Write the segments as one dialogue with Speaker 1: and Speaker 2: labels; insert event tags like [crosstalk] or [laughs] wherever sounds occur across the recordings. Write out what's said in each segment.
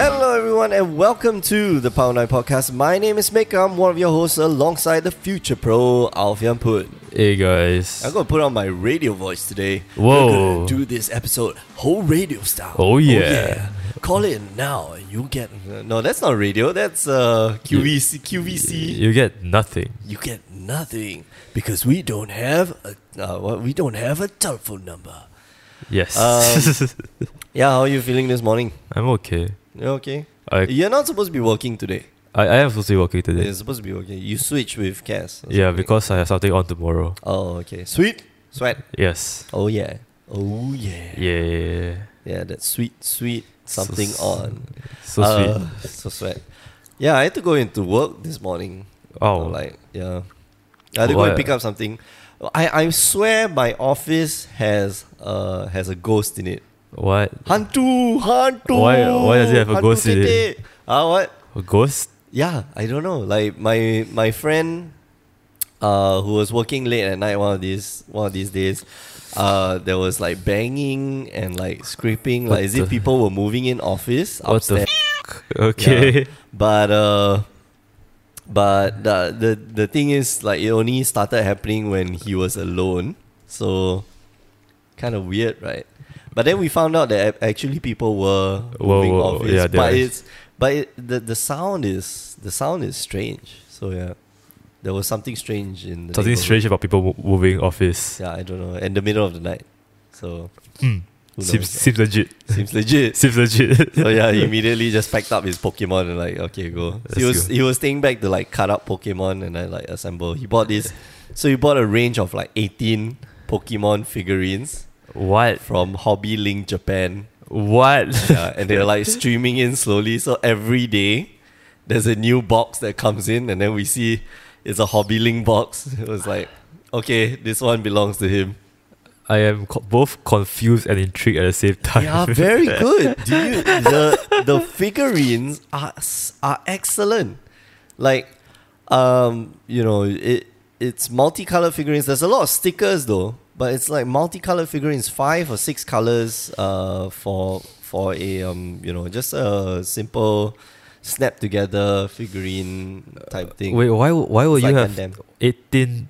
Speaker 1: everyone, and welcome to the Power 9 Podcast. My name is Mick. I'm one of your hosts alongside the future pro, Alfian Put.
Speaker 2: Hey guys.
Speaker 1: I'm going to put on my radio voice today.
Speaker 2: Whoa.
Speaker 1: We're going to do this episode whole radio style.
Speaker 2: Oh, yeah.
Speaker 1: Call in now and you'll get. No, that's not radio. That's uh, QVC. QVC.
Speaker 2: You get nothing.
Speaker 1: You get nothing because we don't have a uh, what- we don't have a telephone number.
Speaker 2: Yes.
Speaker 1: Um, Yeah, how are you feeling this morning?
Speaker 2: [laughs] I'm okay.
Speaker 1: You okay?
Speaker 2: I,
Speaker 1: You're not supposed to be working today.
Speaker 2: I I am supposed to be working today.
Speaker 1: You're supposed to be working. You switch with Cass. or
Speaker 2: Yeah,
Speaker 1: something.
Speaker 2: because I have something on tomorrow.
Speaker 1: Oh, okay. Sweet. Sweat.
Speaker 2: Yes.
Speaker 1: Oh, yeah. Oh, yeah.
Speaker 2: Yeah.
Speaker 1: Yeah, that sweet, sweet something
Speaker 2: s-
Speaker 1: on.
Speaker 2: So sweet.
Speaker 1: Uh, so sweat. Yeah, I had to go into work this morning.
Speaker 2: Oh,
Speaker 1: Like, yeah. I had to go and
Speaker 2: Why?
Speaker 1: pick up something. I, I swear my office has uh has a ghost in it.
Speaker 2: what?
Speaker 1: Hantu, hantu.
Speaker 2: Why- why does it have a
Speaker 1: hantu
Speaker 2: ghost in it?
Speaker 1: tetek. Ah, what?
Speaker 2: A ghost?
Speaker 1: Yeah, I don't know. Like my my friend uh who was working late at night one of these one of these days, uh there was like banging and like scraping, like
Speaker 2: What
Speaker 1: as if
Speaker 2: the-
Speaker 1: people were moving in office
Speaker 2: What the
Speaker 1: upstairs.
Speaker 2: f- Okay.
Speaker 1: But uh but the, the the thing is like it only started happening when he was alone. So kind of weird, right? But then we found out that ac- actually people were
Speaker 2: Whoa,
Speaker 1: moving
Speaker 2: whoa,
Speaker 1: office.
Speaker 2: yeah, there
Speaker 1: but
Speaker 2: is.
Speaker 1: it's but it, the the sound is the sound is strange. So yeah. There was something strange in the
Speaker 2: [laughs] Something
Speaker 1: neighborhood.
Speaker 2: strange about people mo- moving office.
Speaker 1: Yeah, I don't know. In the middle of the night. So
Speaker 2: Hmm.
Speaker 1: who
Speaker 2: Seems
Speaker 1: knows?
Speaker 2: seems legit.
Speaker 1: seems legit.
Speaker 2: Seems
Speaker 1: [laughs]
Speaker 2: legit.
Speaker 1: So yeah, he immediately just packed up his Pokemon and like, okay, go. So he
Speaker 2: Let's
Speaker 1: was
Speaker 2: go.
Speaker 1: he was staying back to like cut up Pokemon and then like assemble. He bought this, so he bought a range of like eighteen Pokemon figurines
Speaker 2: what?
Speaker 1: from Hobby Link Japan,
Speaker 2: What? [laughs]
Speaker 1: yeah, and they're [laughs] like streaming in slowly. So every day, there's a new box that comes in, and then we see it's a Hobby Link box. [laughs] It was like, okay, this one belongs to him.
Speaker 2: I am co- both confused and intrigued at the same
Speaker 1: [laughs]
Speaker 2: time.
Speaker 1: Yeah, very good. Do you the the figurines are s- are excellent. Like, um, you know, it it's multicolored figurines. There's a lot of stickers though, but it's like multicolored figurines, five or six colors. Uh, for for a um, you know, just a simple snap together figurine type thing.
Speaker 2: [laughs] Wait, why why will
Speaker 1: It's
Speaker 2: you
Speaker 1: like
Speaker 2: have
Speaker 1: Gundam.
Speaker 2: 18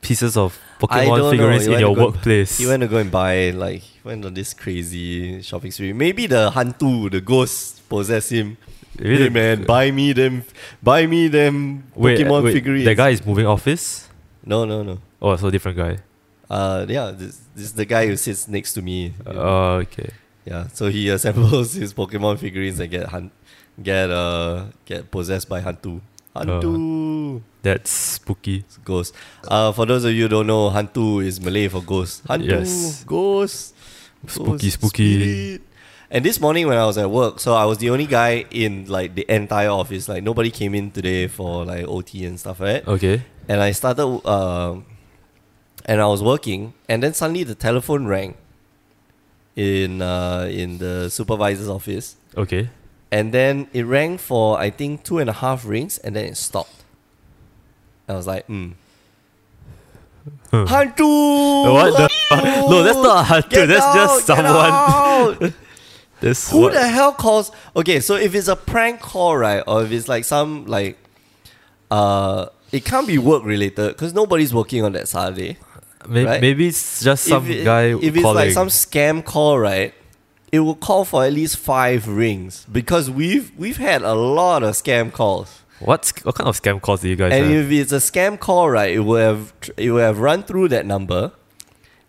Speaker 2: pieces of
Speaker 1: I
Speaker 2: Pokemon
Speaker 1: don't know.
Speaker 2: figurines
Speaker 1: He
Speaker 2: in
Speaker 1: went to
Speaker 2: your
Speaker 1: go-
Speaker 2: workplace.
Speaker 1: He went to go and buy like he went on this crazy shopping spree. Maybe the hantu, the ghost, possess him.
Speaker 2: Maybe
Speaker 1: hey
Speaker 2: the-
Speaker 1: man, buy me them, buy me them
Speaker 2: wait, uh,
Speaker 1: Pokemon
Speaker 2: wait,
Speaker 1: figurines.
Speaker 2: The guy is moving office?
Speaker 1: No, no, no.
Speaker 2: Oh, so different guy.
Speaker 1: Uh, yeah, this, this is the guy who sits next to me.
Speaker 2: Uh, okay.
Speaker 1: yeah, so he [laughs] assembles his Pokemon figurines and get hun- get uh get possessed by hantu.
Speaker 2: Uh.
Speaker 1: Hantu.
Speaker 2: That's spooky.
Speaker 1: It's Ghost. Uh, for those of you who don't know, hantu is Malay for ghost. Hantu,
Speaker 2: Yes.
Speaker 1: ghost,
Speaker 2: Spooky,
Speaker 1: ghost,
Speaker 2: spooky.
Speaker 1: spirit. And this morning when I was at work, so I was the only guy in like the entire office. Like nobody came in today for like OT and stuff, right?
Speaker 2: Okay.
Speaker 1: And I started, um, and I was working, and then suddenly the telephone rang in uh, in the supervisor's office,
Speaker 2: Okay.
Speaker 1: and then it rang for I think two and a half rings, and then it stopped. I was like, hmm.
Speaker 2: Huh.
Speaker 1: Hantu!
Speaker 2: What the f- No, that's not a hantu,
Speaker 1: Get
Speaker 2: that's just
Speaker 1: out, get
Speaker 2: someone. [laughs]
Speaker 1: out.
Speaker 2: This
Speaker 1: Who
Speaker 2: what-
Speaker 1: the hell calls? Okay, so if it's a prank call, right, or if it's like some like, uh, it can't be work related because nobody's working on that Saturday.
Speaker 2: may-
Speaker 1: right?
Speaker 2: Maybe it's just some
Speaker 1: if it-
Speaker 2: guy
Speaker 1: if it's
Speaker 2: calling.
Speaker 1: like some scam call, right? It will call for at least five rings because we've we've had a lot of scam calls.
Speaker 2: what, sc- what kind of scam calls do you guys
Speaker 1: And
Speaker 2: have?
Speaker 1: if it's a scam call, right, it will have tr- it will have run through that number,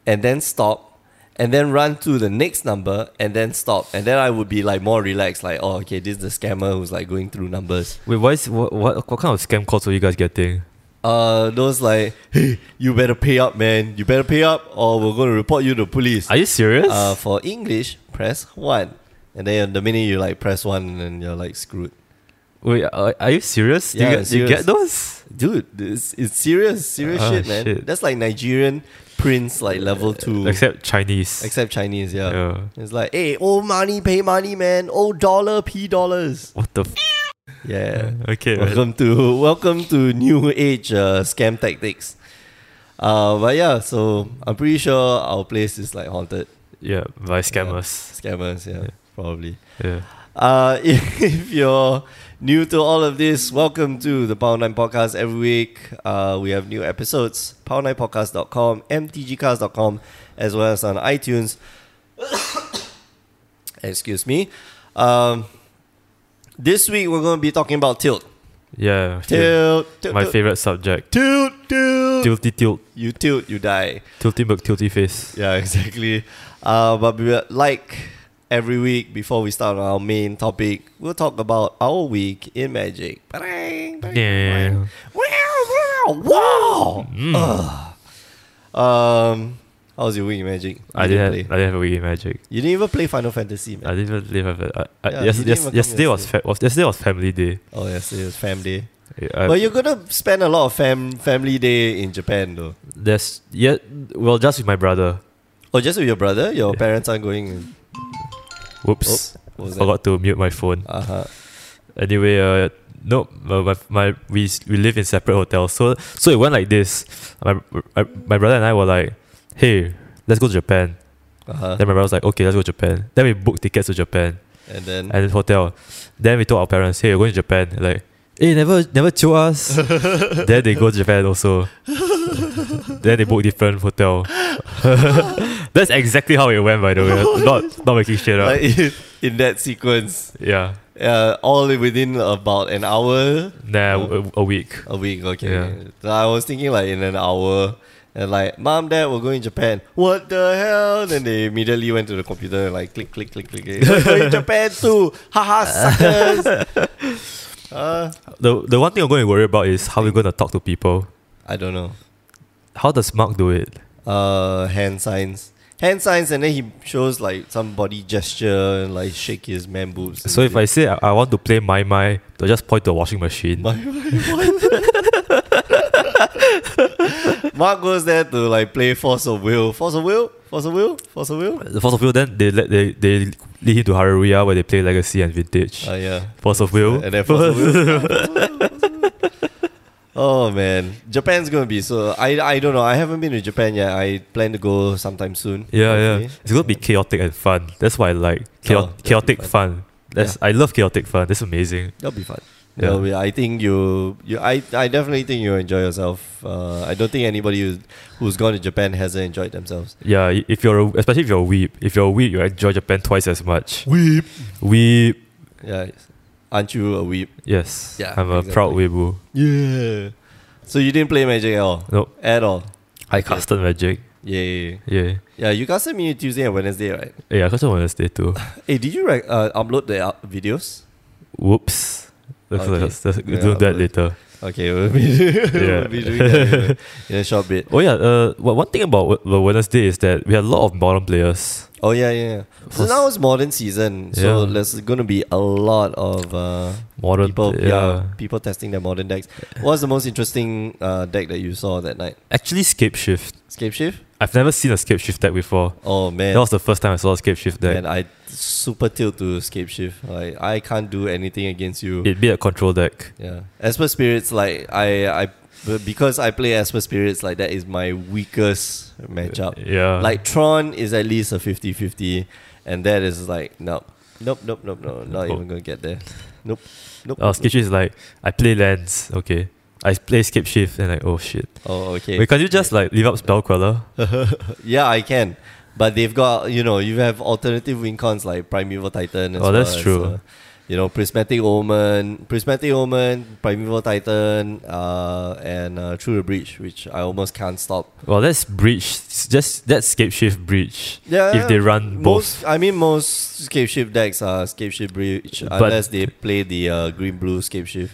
Speaker 1: and then stop, and then run to the next number, and then stop, and then I would be like more relaxed, like oh okay, this is the scammer who's like going through numbers.
Speaker 2: Wait, why is, what, what, what kind of scam calls are you guys getting?
Speaker 1: Uh, those like hey, you better pay up, man, you better pay up, or we're gonna report you to police.
Speaker 2: Are you serious?
Speaker 1: Uh, for English, press one, and then the minute you like press one, and then you're like screwed.
Speaker 2: Wait, are, are you serious? Do
Speaker 1: Yeah,
Speaker 2: you, get- you
Speaker 1: serious.
Speaker 2: get those?
Speaker 1: Dude, it's, it's serious, serious
Speaker 2: Ah,
Speaker 1: shit, man.
Speaker 2: shit.
Speaker 1: That's like Nigerian prince, like level two.
Speaker 2: Except Chinese.
Speaker 1: Except uh, Chinese, yeah.
Speaker 2: Yeah.
Speaker 1: It's like, hey, old money, pay money, man. Old dollar, P dollars.
Speaker 2: What the f-
Speaker 1: Yeah.
Speaker 2: Okay. right.
Speaker 1: welcome to welcome to new age uh, scam tactics. Uh, but yeah, so I'm pretty sure our place is like haunted
Speaker 2: Yeah, by scammers.
Speaker 1: scammers. Yeah,
Speaker 2: Yeah.
Speaker 1: probably.
Speaker 2: Yeah.
Speaker 1: Uh, [laughs] if, if you're new to all of this, welcome to the Power 9 Podcast. Every week uh, we have new episodes. Power9podcast.com, mtgcast.com, as well as on iTunes. [coughs] Excuse me. Um, this week we're going to be talking about tilt.
Speaker 2: Yeah. tilt.
Speaker 1: Tilt. tilt
Speaker 2: My
Speaker 1: tilt,
Speaker 2: favorite subject.
Speaker 1: Tilt, tilt.
Speaker 2: Tilty tilt.
Speaker 1: You tilt, you die.
Speaker 2: Tilty milk, tilty face.
Speaker 1: Yeah, [laughs] exactly. Uh, but we, like every week, before we start on our main topic, we'll talk about our week in magic. Ba-dang, ba-dang,
Speaker 2: Yeah. Mm.
Speaker 1: ba-dang. Wow! Wow! wow. Ugh. Um, how was your week in magic?
Speaker 2: I
Speaker 1: You
Speaker 2: didn't,
Speaker 1: play.
Speaker 2: I didn't have a weekend magic.
Speaker 1: You didn't even play Final Fantasy, man.
Speaker 2: I didn't even live with it. I,
Speaker 1: Yeah,
Speaker 2: I, yes,
Speaker 1: you didn't
Speaker 2: yes,
Speaker 1: even come
Speaker 2: yesterday was, fa- was yesterday was family day.
Speaker 1: oh, yes, it was fam day.
Speaker 2: I,
Speaker 1: but you're gonna spend a lot of fam family day in Japan, though.
Speaker 2: there's yeah, well, just with my brother.
Speaker 1: Oh, just with your brother? Your
Speaker 2: Yeah.
Speaker 1: parents aren't going.
Speaker 2: Whoops,
Speaker 1: What was that?
Speaker 2: forgot to mute my phone.
Speaker 1: Uh huh.
Speaker 2: Anyway, uh, no, my, my, my we s- we live in separate hotels, so so it went like this. My, my my brother and I were like, hey, let's go to Japan.
Speaker 1: Uh huh.
Speaker 2: Then my brother was like, okay, let's go to Japan. Then we booked tickets to Japan
Speaker 1: And then.
Speaker 2: and hotel. Then we told our parents, hey, we're going to Japan. They're like, hey, never never
Speaker 1: [laughs]
Speaker 2: chill us. then they go to Japan also. then they book different hotel. [laughs] That's exactly how it went, by the way. Not not making shit up.
Speaker 1: Like [laughs] in, in that sequence,
Speaker 2: yeah,
Speaker 1: uh, all within about an hour
Speaker 2: nah, a, a week.
Speaker 1: a week. Okay,
Speaker 2: Yeah.
Speaker 1: So I was thinking like in an hour, and like mom, dad, we're going to Japan. What the hell? Then they immediately went to the computer and like click, click, click, click. click. We're going to Japan too, [laughs] haha, suckers. uh,
Speaker 2: The the one thing I'm going to worry about is how we're going to talk to people.
Speaker 1: I don't know.
Speaker 2: How does Mark do it?
Speaker 1: Uh, hand signs. Hand signs, and then he shows like some body gesture and like shake his man boobs. and
Speaker 2: So if
Speaker 1: shit.
Speaker 2: I say I, I want to play my my, they'll just point to a washing machine.
Speaker 1: My, Mark goes there to like play Force of Will. Force of Will? Force of Will? Force of Will?
Speaker 2: The Force of Will, then they let they they lead him to Haruya where they play Legacy and Vintage.
Speaker 1: Oh, yeah.
Speaker 2: Force of Will.
Speaker 1: And then Force of Will. [laughs] oh, man. Japan's going to be so. I, I don't know. I haven't been to Japan yet. I plan to go sometime soon.
Speaker 2: Yeah, yeah.
Speaker 1: hopefully.
Speaker 2: It's gonna be chaotic and fun. That's what I like.
Speaker 1: Oh,
Speaker 2: Chao-
Speaker 1: that'll be
Speaker 2: chaotic
Speaker 1: fun.
Speaker 2: fun. That's I love chaotic fun. That's amazing.
Speaker 1: That'll be fun.
Speaker 2: Yeah.
Speaker 1: That'll be- I think you, you I, I definitely think you'll enjoy yourself. Uh, I don't think anybody who's, who's gone to Japan hasn't enjoyed themselves.
Speaker 2: Yeah, i- if you're a, especially if you're a weep, if you're a weep, you enjoy Japan twice as much.
Speaker 1: Weep.
Speaker 2: Weep.
Speaker 1: Yeah. Aren't you a weep?
Speaker 2: Yes.
Speaker 1: Yeah,
Speaker 2: I'm a proud weebu.
Speaker 1: Yeah. So you didn't play magic at all?
Speaker 2: Nope.
Speaker 1: At all?
Speaker 2: I casted magic.
Speaker 1: Yeah, yeah, yeah.
Speaker 2: Yeah.
Speaker 1: Yeah, you casted me Tuesday and Wednesday, right?
Speaker 2: Yeah, I casted on Wednesday too.
Speaker 1: Hey, did you rec- uh, upload the uh, videos?
Speaker 2: Whoops. That's,
Speaker 1: Okay.
Speaker 2: that's, that's,
Speaker 1: Yeah,
Speaker 2: we'll do that
Speaker 1: upload.
Speaker 2: later.
Speaker 1: Okay, we'll be, we'll
Speaker 2: Yeah.
Speaker 1: be doing that anyway [laughs] in a short bit.
Speaker 2: Oh yeah. Uh, wha- one thing about Wed- the Wednesday is that we had a lot of modern players.
Speaker 1: Oh, yeah, yeah. yeah. So
Speaker 2: Was-
Speaker 1: now it's modern season, so
Speaker 2: Yeah.
Speaker 1: there's going to be a lot of uh,
Speaker 2: Modern
Speaker 1: people
Speaker 2: pla-
Speaker 1: yeah. people testing their modern decks. What's the most interesting uh, deck that you saw that night?
Speaker 2: Actually, scape shift.
Speaker 1: Scape Shift?
Speaker 2: I've never seen a scape shift deck before.
Speaker 1: Oh, man.
Speaker 2: That was the first time I saw a scape shift deck.
Speaker 1: man, I super tilt to Scape Shift. Like, I can't do anything against you.
Speaker 2: It'd be a control deck.
Speaker 1: Yeah, Esper Spirits like I I b- because I play Esper Spirits like that is my weakest matchup.
Speaker 2: Yeah.
Speaker 1: Like Tron is at least a 50-50 and that is like nope. Nope, nope, nope, no. Not
Speaker 2: Oh.
Speaker 1: even gonna get there. Nope. Nope.
Speaker 2: uh, Skip Shift is like, I play lands, okay. I play Skip Shift and like, oh shit.
Speaker 1: nope. Oh, okay.
Speaker 2: Wait, can't you just like leave up Spell Queller?
Speaker 1: yeah, I can. But they've got you know, you have alternative win cons like Primeval Titan as
Speaker 2: Oh, that's
Speaker 1: well as,
Speaker 2: true.
Speaker 1: uh, you know, Prismatic Omen, Prismatic Omen, Primeval Titan, uh, and uh, Through the Breach, which I almost can't stop.
Speaker 2: Well, that's Breach. It's Just that's Skip Shift Breach.
Speaker 1: Yeah,
Speaker 2: If they run
Speaker 1: most, I mean, most scape shift decks are scape shift breach
Speaker 2: But-
Speaker 1: unless they play the uh, green blue scape shift.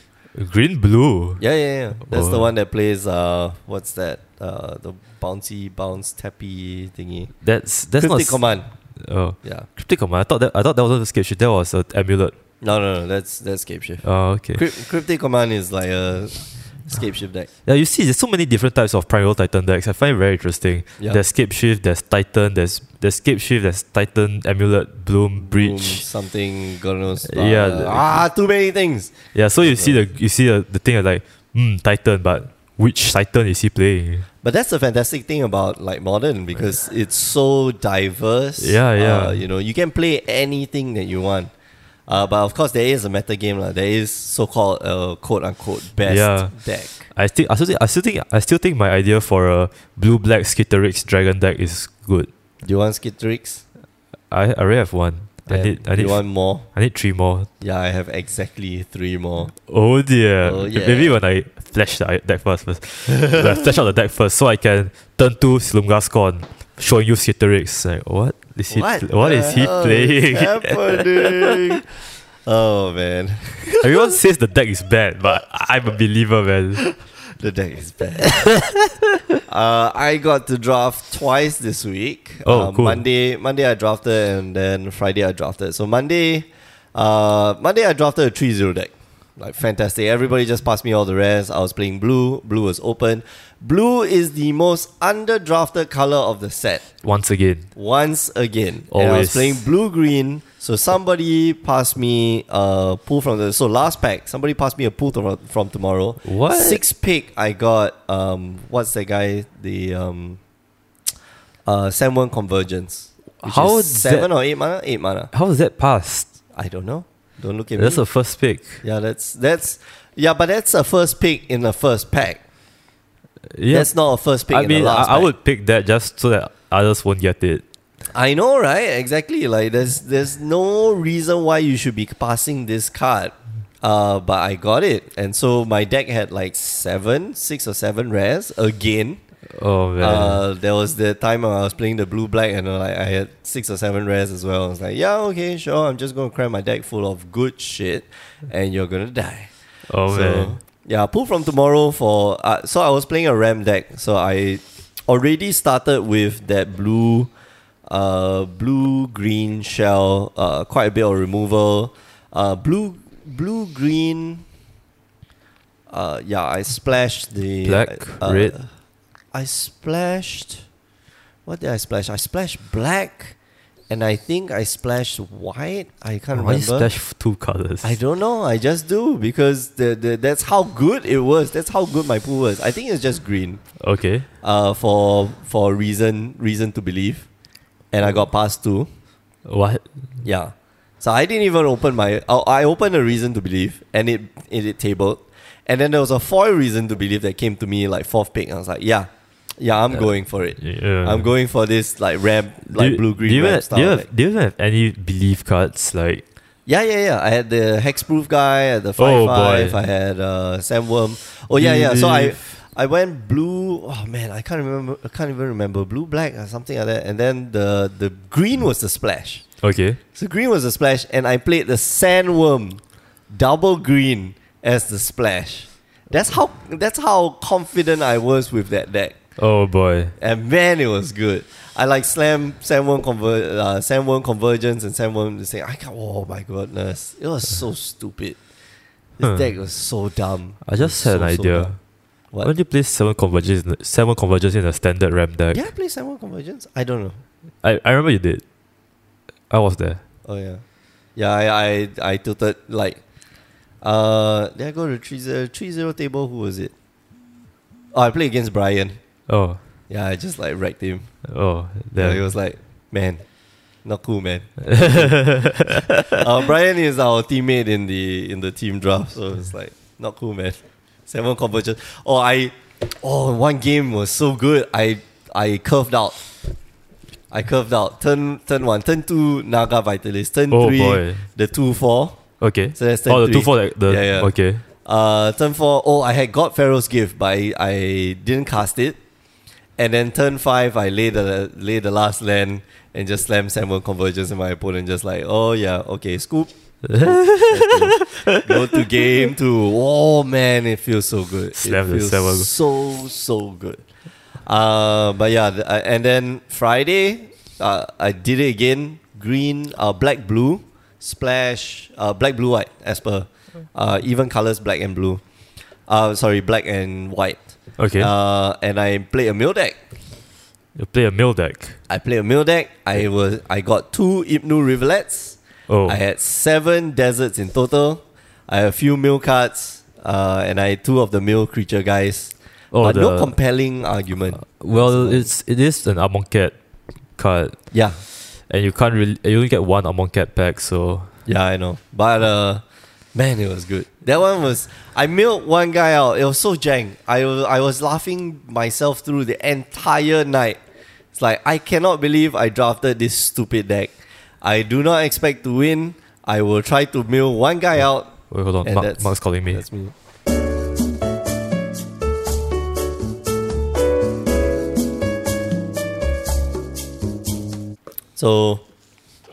Speaker 2: Green Blue.
Speaker 1: Yeah, yeah, yeah. That's the
Speaker 2: Oh.
Speaker 1: one that plays. Uh, what's that? Uh, the bouncy bounce tappy thingy.
Speaker 2: That's that's
Speaker 1: Cryptic
Speaker 2: not.
Speaker 1: command.
Speaker 2: s- oh,
Speaker 1: Yeah.
Speaker 2: Cryptic Command. I thought that I thought that wasn't a Skip Shift. That was an amulet.
Speaker 1: No, no, no. That's that's scape shift.
Speaker 2: Oh, okay.
Speaker 1: Crypt, cryptic command is like a scape shift deck.
Speaker 2: yeah, you see, there's so many different types of Primal Titan decks. I find it very interesting.
Speaker 1: Yeah.
Speaker 2: There's Skip Shift. There's Titan. There's there's Skip Shift. There's Titan Amulet Bloom
Speaker 1: Boom,
Speaker 2: Breach.
Speaker 1: something. God knows.
Speaker 2: Yeah,
Speaker 1: Uh,
Speaker 2: the-
Speaker 1: ah, too many things.
Speaker 2: Yeah, so you see the you see the, the thing of like, hmm, Titan, but which Titan is he playing?
Speaker 1: But that's the fantastic thing about like modern because it's so diverse.
Speaker 2: Yeah, yeah.
Speaker 1: Uh, you know, you can play anything that you want. Uh, but of course, there is a meta game. lah. There is so called uh, quote unquote best
Speaker 2: Yeah.
Speaker 1: deck.
Speaker 2: I think I still think I still think I still think my idea for a blue black Skitterix dragon deck is good.
Speaker 1: Do you want Skitterix?
Speaker 2: I, I already have one. I
Speaker 1: Yeah.
Speaker 2: need I
Speaker 1: Do
Speaker 2: need
Speaker 1: you want more?
Speaker 2: I need three more.
Speaker 1: Yeah, I have exactly three more.
Speaker 2: Oh dear.
Speaker 1: Oh,
Speaker 2: M-
Speaker 1: yeah.
Speaker 2: Maybe when I flash the i- deck
Speaker 1: [laughs]
Speaker 2: first, first. Like, flash out the deck first so I can turn to Slumgas Scorn, showing you Skitterix. Like what is he
Speaker 1: What
Speaker 2: pl- what
Speaker 1: the
Speaker 2: is he
Speaker 1: hell
Speaker 2: playing? [laughs]
Speaker 1: Is happening? oh man,
Speaker 2: Everyone says the deck is bad, but I- I'm a believer, man.
Speaker 1: the deck is bad. [laughs] uh, I got to draft twice this week.
Speaker 2: Oh,
Speaker 1: Uh,
Speaker 2: cool.
Speaker 1: Monday, Monday I drafted, and then Friday I drafted. So Monday, uh, Monday I drafted a 3-0 deck. Like fantastic. Everybody just passed me all the rest. I was playing blue. Blue was open. Blue is the most underdrafted color of the set.
Speaker 2: Once again.
Speaker 1: once again. And I was
Speaker 2: Always.
Speaker 1: playing blue green, so somebody passed me a pull from the so last pack. Somebody passed me a pull to, from tomorrow.
Speaker 2: What?
Speaker 1: six pick? I got um what's that guy the um uh Sam One Convergence. which
Speaker 2: How
Speaker 1: is
Speaker 2: is
Speaker 1: seven or eight mana? Eight mana.
Speaker 2: How is that passed?
Speaker 1: I don't know. Don't look at
Speaker 2: That's
Speaker 1: me.
Speaker 2: the first pick.
Speaker 1: yeah, that's that's yeah, but that's a first pick in the first pack.
Speaker 2: Yeah.
Speaker 1: That's not a first pick.
Speaker 2: I
Speaker 1: in
Speaker 2: mean,
Speaker 1: the last
Speaker 2: I, I
Speaker 1: pack.
Speaker 2: would pick that just so that others won't get it.
Speaker 1: I know, right? Exactly. Like there's there's no reason why you should be passing this card. Uh, but I got it, and so my deck had like seven, six or seven rares again.
Speaker 2: Oh man.
Speaker 1: Uh, there was the time I was playing the blue black, and uh, like I had six or seven rares as well. I was like, yeah, okay, sure. I'm just gonna cram my deck full of good shit, and you're gonna die.
Speaker 2: oh
Speaker 1: so,
Speaker 2: man.
Speaker 1: Yeah, pull from tomorrow for. Uh, so I was playing a Ram deck. So I already started with that blue, uh, blue green shell. Uh, quite a bit of removal. Uh, blue, blue green. Uh, yeah, I splashed the
Speaker 2: Black,
Speaker 1: uh,
Speaker 2: red.
Speaker 1: I splashed. What did I splash? I splashed black, and I think I splashed white. I can't
Speaker 2: Why
Speaker 1: remember.
Speaker 2: you splash f- two colors?
Speaker 1: I don't know. I just do because the, the that's how good it was. That's how good my pool was. I think it's just green.
Speaker 2: Okay.
Speaker 1: Uh, for for reason reason to believe, and I got past two.
Speaker 2: What?
Speaker 1: Yeah, so I didn't even open my. I, I opened a reason to believe, and it it, it tabled, and then there was a foil reason to believe that came to me like fourth pick. I was like, yeah, yeah, I'm
Speaker 2: Yeah.
Speaker 1: going for it.
Speaker 2: Yeah.
Speaker 1: I'm going for this like ramp,
Speaker 2: Do
Speaker 1: like
Speaker 2: you-
Speaker 1: blue green
Speaker 2: Do you,
Speaker 1: ramp
Speaker 2: have,
Speaker 1: style.
Speaker 2: do, you
Speaker 1: like-
Speaker 2: have, do you have any belief cards? Like
Speaker 1: Yeah, yeah, yeah. I had the hexproof guy, I had the five
Speaker 2: Oh,
Speaker 1: five.
Speaker 2: boy.
Speaker 1: I had uh, sandworm. Oh yeah, yeah. So I, I went blue. Oh man, I can't remember. I can't even remember blue, black, or something like that. And then the the green was the splash.
Speaker 2: okay.
Speaker 1: So green was the splash, and I played the sandworm, double green as the splash. That's how that's how confident I was with that deck.
Speaker 2: Oh boy.
Speaker 1: And man, it was good. I like slam sandworm conver- uh, sandworm convergence and sandworm to say I can Oh my goodness, it was so stupid. This
Speaker 2: Huh.
Speaker 1: deck was so dumb.
Speaker 2: I just
Speaker 1: It was
Speaker 2: had an
Speaker 1: so, so
Speaker 2: idea.
Speaker 1: dumb.
Speaker 2: Why
Speaker 1: What?
Speaker 2: don't you play seven convergence? Seven convergence in a standard RAM deck.
Speaker 1: yeah, I play sandworm convergence. I don't know.
Speaker 2: I, I remember you did. I was there.
Speaker 1: Oh yeah, yeah. I I I tilted like. Uh, did I go to 3-0, 3-0 table? Who was it? Oh, I played against Brian.
Speaker 2: Oh.
Speaker 1: Yeah, I just like wrecked him.
Speaker 2: Oh.
Speaker 1: Yeah.
Speaker 2: There.
Speaker 1: he was like, man, not cool, man.
Speaker 2: [laughs]
Speaker 1: uh, Brian is our teammate in the in the team draft, so it's like not cool, man. Seven conversions. Oh, I, oh, one game was so good. I I curved out. I curved out. Turn turn one, turn two, Naga Vitalist. Turn
Speaker 2: oh
Speaker 1: three,
Speaker 2: boy.
Speaker 1: the two four.
Speaker 2: Okay.
Speaker 1: So that's turn
Speaker 2: Oh, the
Speaker 1: three.
Speaker 2: two for like the
Speaker 1: Yeah, yeah.
Speaker 2: okay.
Speaker 1: Uh, turn four, oh, I had got Pharaoh's gift, but I, I didn't cast it. And then turn five, I lay the lay the last land and just slam Samuel Convergence in my opponent, just like, oh yeah, okay,
Speaker 2: [laughs]
Speaker 1: scoop. Go to game two. Oh man, it feels so good.
Speaker 2: Slam the
Speaker 1: it feels
Speaker 2: Samuel.
Speaker 1: so so good. Uh, but yeah, th- I- and then Friday, uh, I did it again. Green, uh, black, blue, splash, uh, black, blue, white, as per, uh, even colors, black and blue. Uh, sorry, black and white.
Speaker 2: Okay.
Speaker 1: Uh, and I play a mill deck.
Speaker 2: you play a mill deck.
Speaker 1: I play a mill deck. I was I got two Ibnu Riverlets.
Speaker 2: Oh.
Speaker 1: I had seven deserts in total. I had a few mill cards, uh, and I had two of the mill creature guys.
Speaker 2: oh,
Speaker 1: but
Speaker 2: the, Uh,
Speaker 1: no compelling argument.
Speaker 2: Well, it's it is an Amon Cat card,
Speaker 1: yeah,
Speaker 2: and you can't really you only get one Amon Cat pack, so
Speaker 1: Yeah, I know. But uh, man, it was good. That one was. I milked one guy out. It was so jank. I wa- I was laughing myself through the entire night. It's like I cannot believe I drafted this stupid deck. I do not expect to win. I will try to mill one guy out.
Speaker 2: Wait, hold on.
Speaker 1: And
Speaker 2: Mark,
Speaker 1: that's-
Speaker 2: Mark's calling me.
Speaker 1: That's me. So,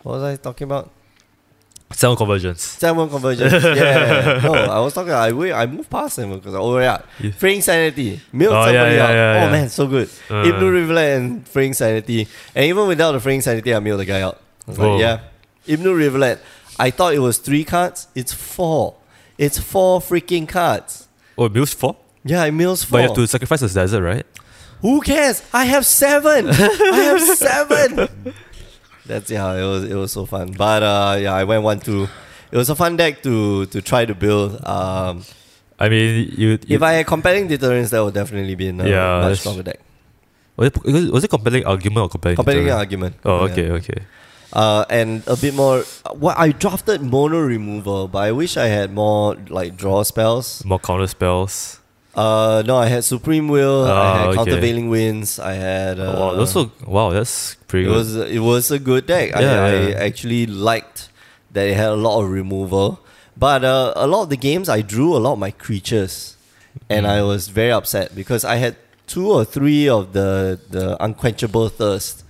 Speaker 1: what was I talking about?
Speaker 2: Sound conversions.
Speaker 1: Salmon
Speaker 2: [laughs]
Speaker 1: convergence. yeah. No, I was talking. I wait, I moved past them because oh yeah,
Speaker 2: Yeah.
Speaker 1: fraying sanity, milk
Speaker 2: Oh, yeah,
Speaker 1: somebody
Speaker 2: yeah,
Speaker 1: out.
Speaker 2: yeah,
Speaker 1: oh
Speaker 2: yeah.
Speaker 1: man, so good.
Speaker 2: Uh.
Speaker 1: Ibnu Rivulet and fraying sanity, and even without the fraying sanity, I milled the guy out. I was
Speaker 2: Whoa.
Speaker 1: like, yeah, Ibnu Rivulet. I thought it was three cards. It's four. It's four freaking cards.
Speaker 2: Oh, Mills 4?
Speaker 1: Yeah, it mills
Speaker 2: But
Speaker 1: four.
Speaker 2: you have to sacrifice his desert, right?
Speaker 1: Who cares? I have seven. I have seven. [laughs] That's yeah. It was it was so fun. But uh, yeah, I went one two. It was a fun deck to to try to build. Um,
Speaker 2: I mean, you. you
Speaker 1: if I had compelling deterrence, that would definitely be in a
Speaker 2: Yeah,
Speaker 1: much
Speaker 2: that's-
Speaker 1: stronger deck.
Speaker 2: was, it, was it compelling argument or compelling?
Speaker 1: Compelling
Speaker 2: deterrent?
Speaker 1: argument.
Speaker 2: Oh,
Speaker 1: Yeah.
Speaker 2: okay, okay.
Speaker 1: Uh, and a bit more. What I drafted mono removal, but I wish I had more like draw spells.
Speaker 2: More counter spells.
Speaker 1: Uh, no, I had supreme will.
Speaker 2: Ah,
Speaker 1: I had
Speaker 2: okay. Oh,
Speaker 1: countervailing winds. I had. Uh,
Speaker 2: wow, that's so, wow, that's pretty
Speaker 1: It
Speaker 2: good.
Speaker 1: was it was a good deck. I,
Speaker 2: Yeah,
Speaker 1: I
Speaker 2: yeah.
Speaker 1: actually liked that it had a lot of removal, but uh, a lot of the games I drew a lot of my creatures, and
Speaker 2: Mm.
Speaker 1: I was very upset because I had two or three of the the unquenchable thirst,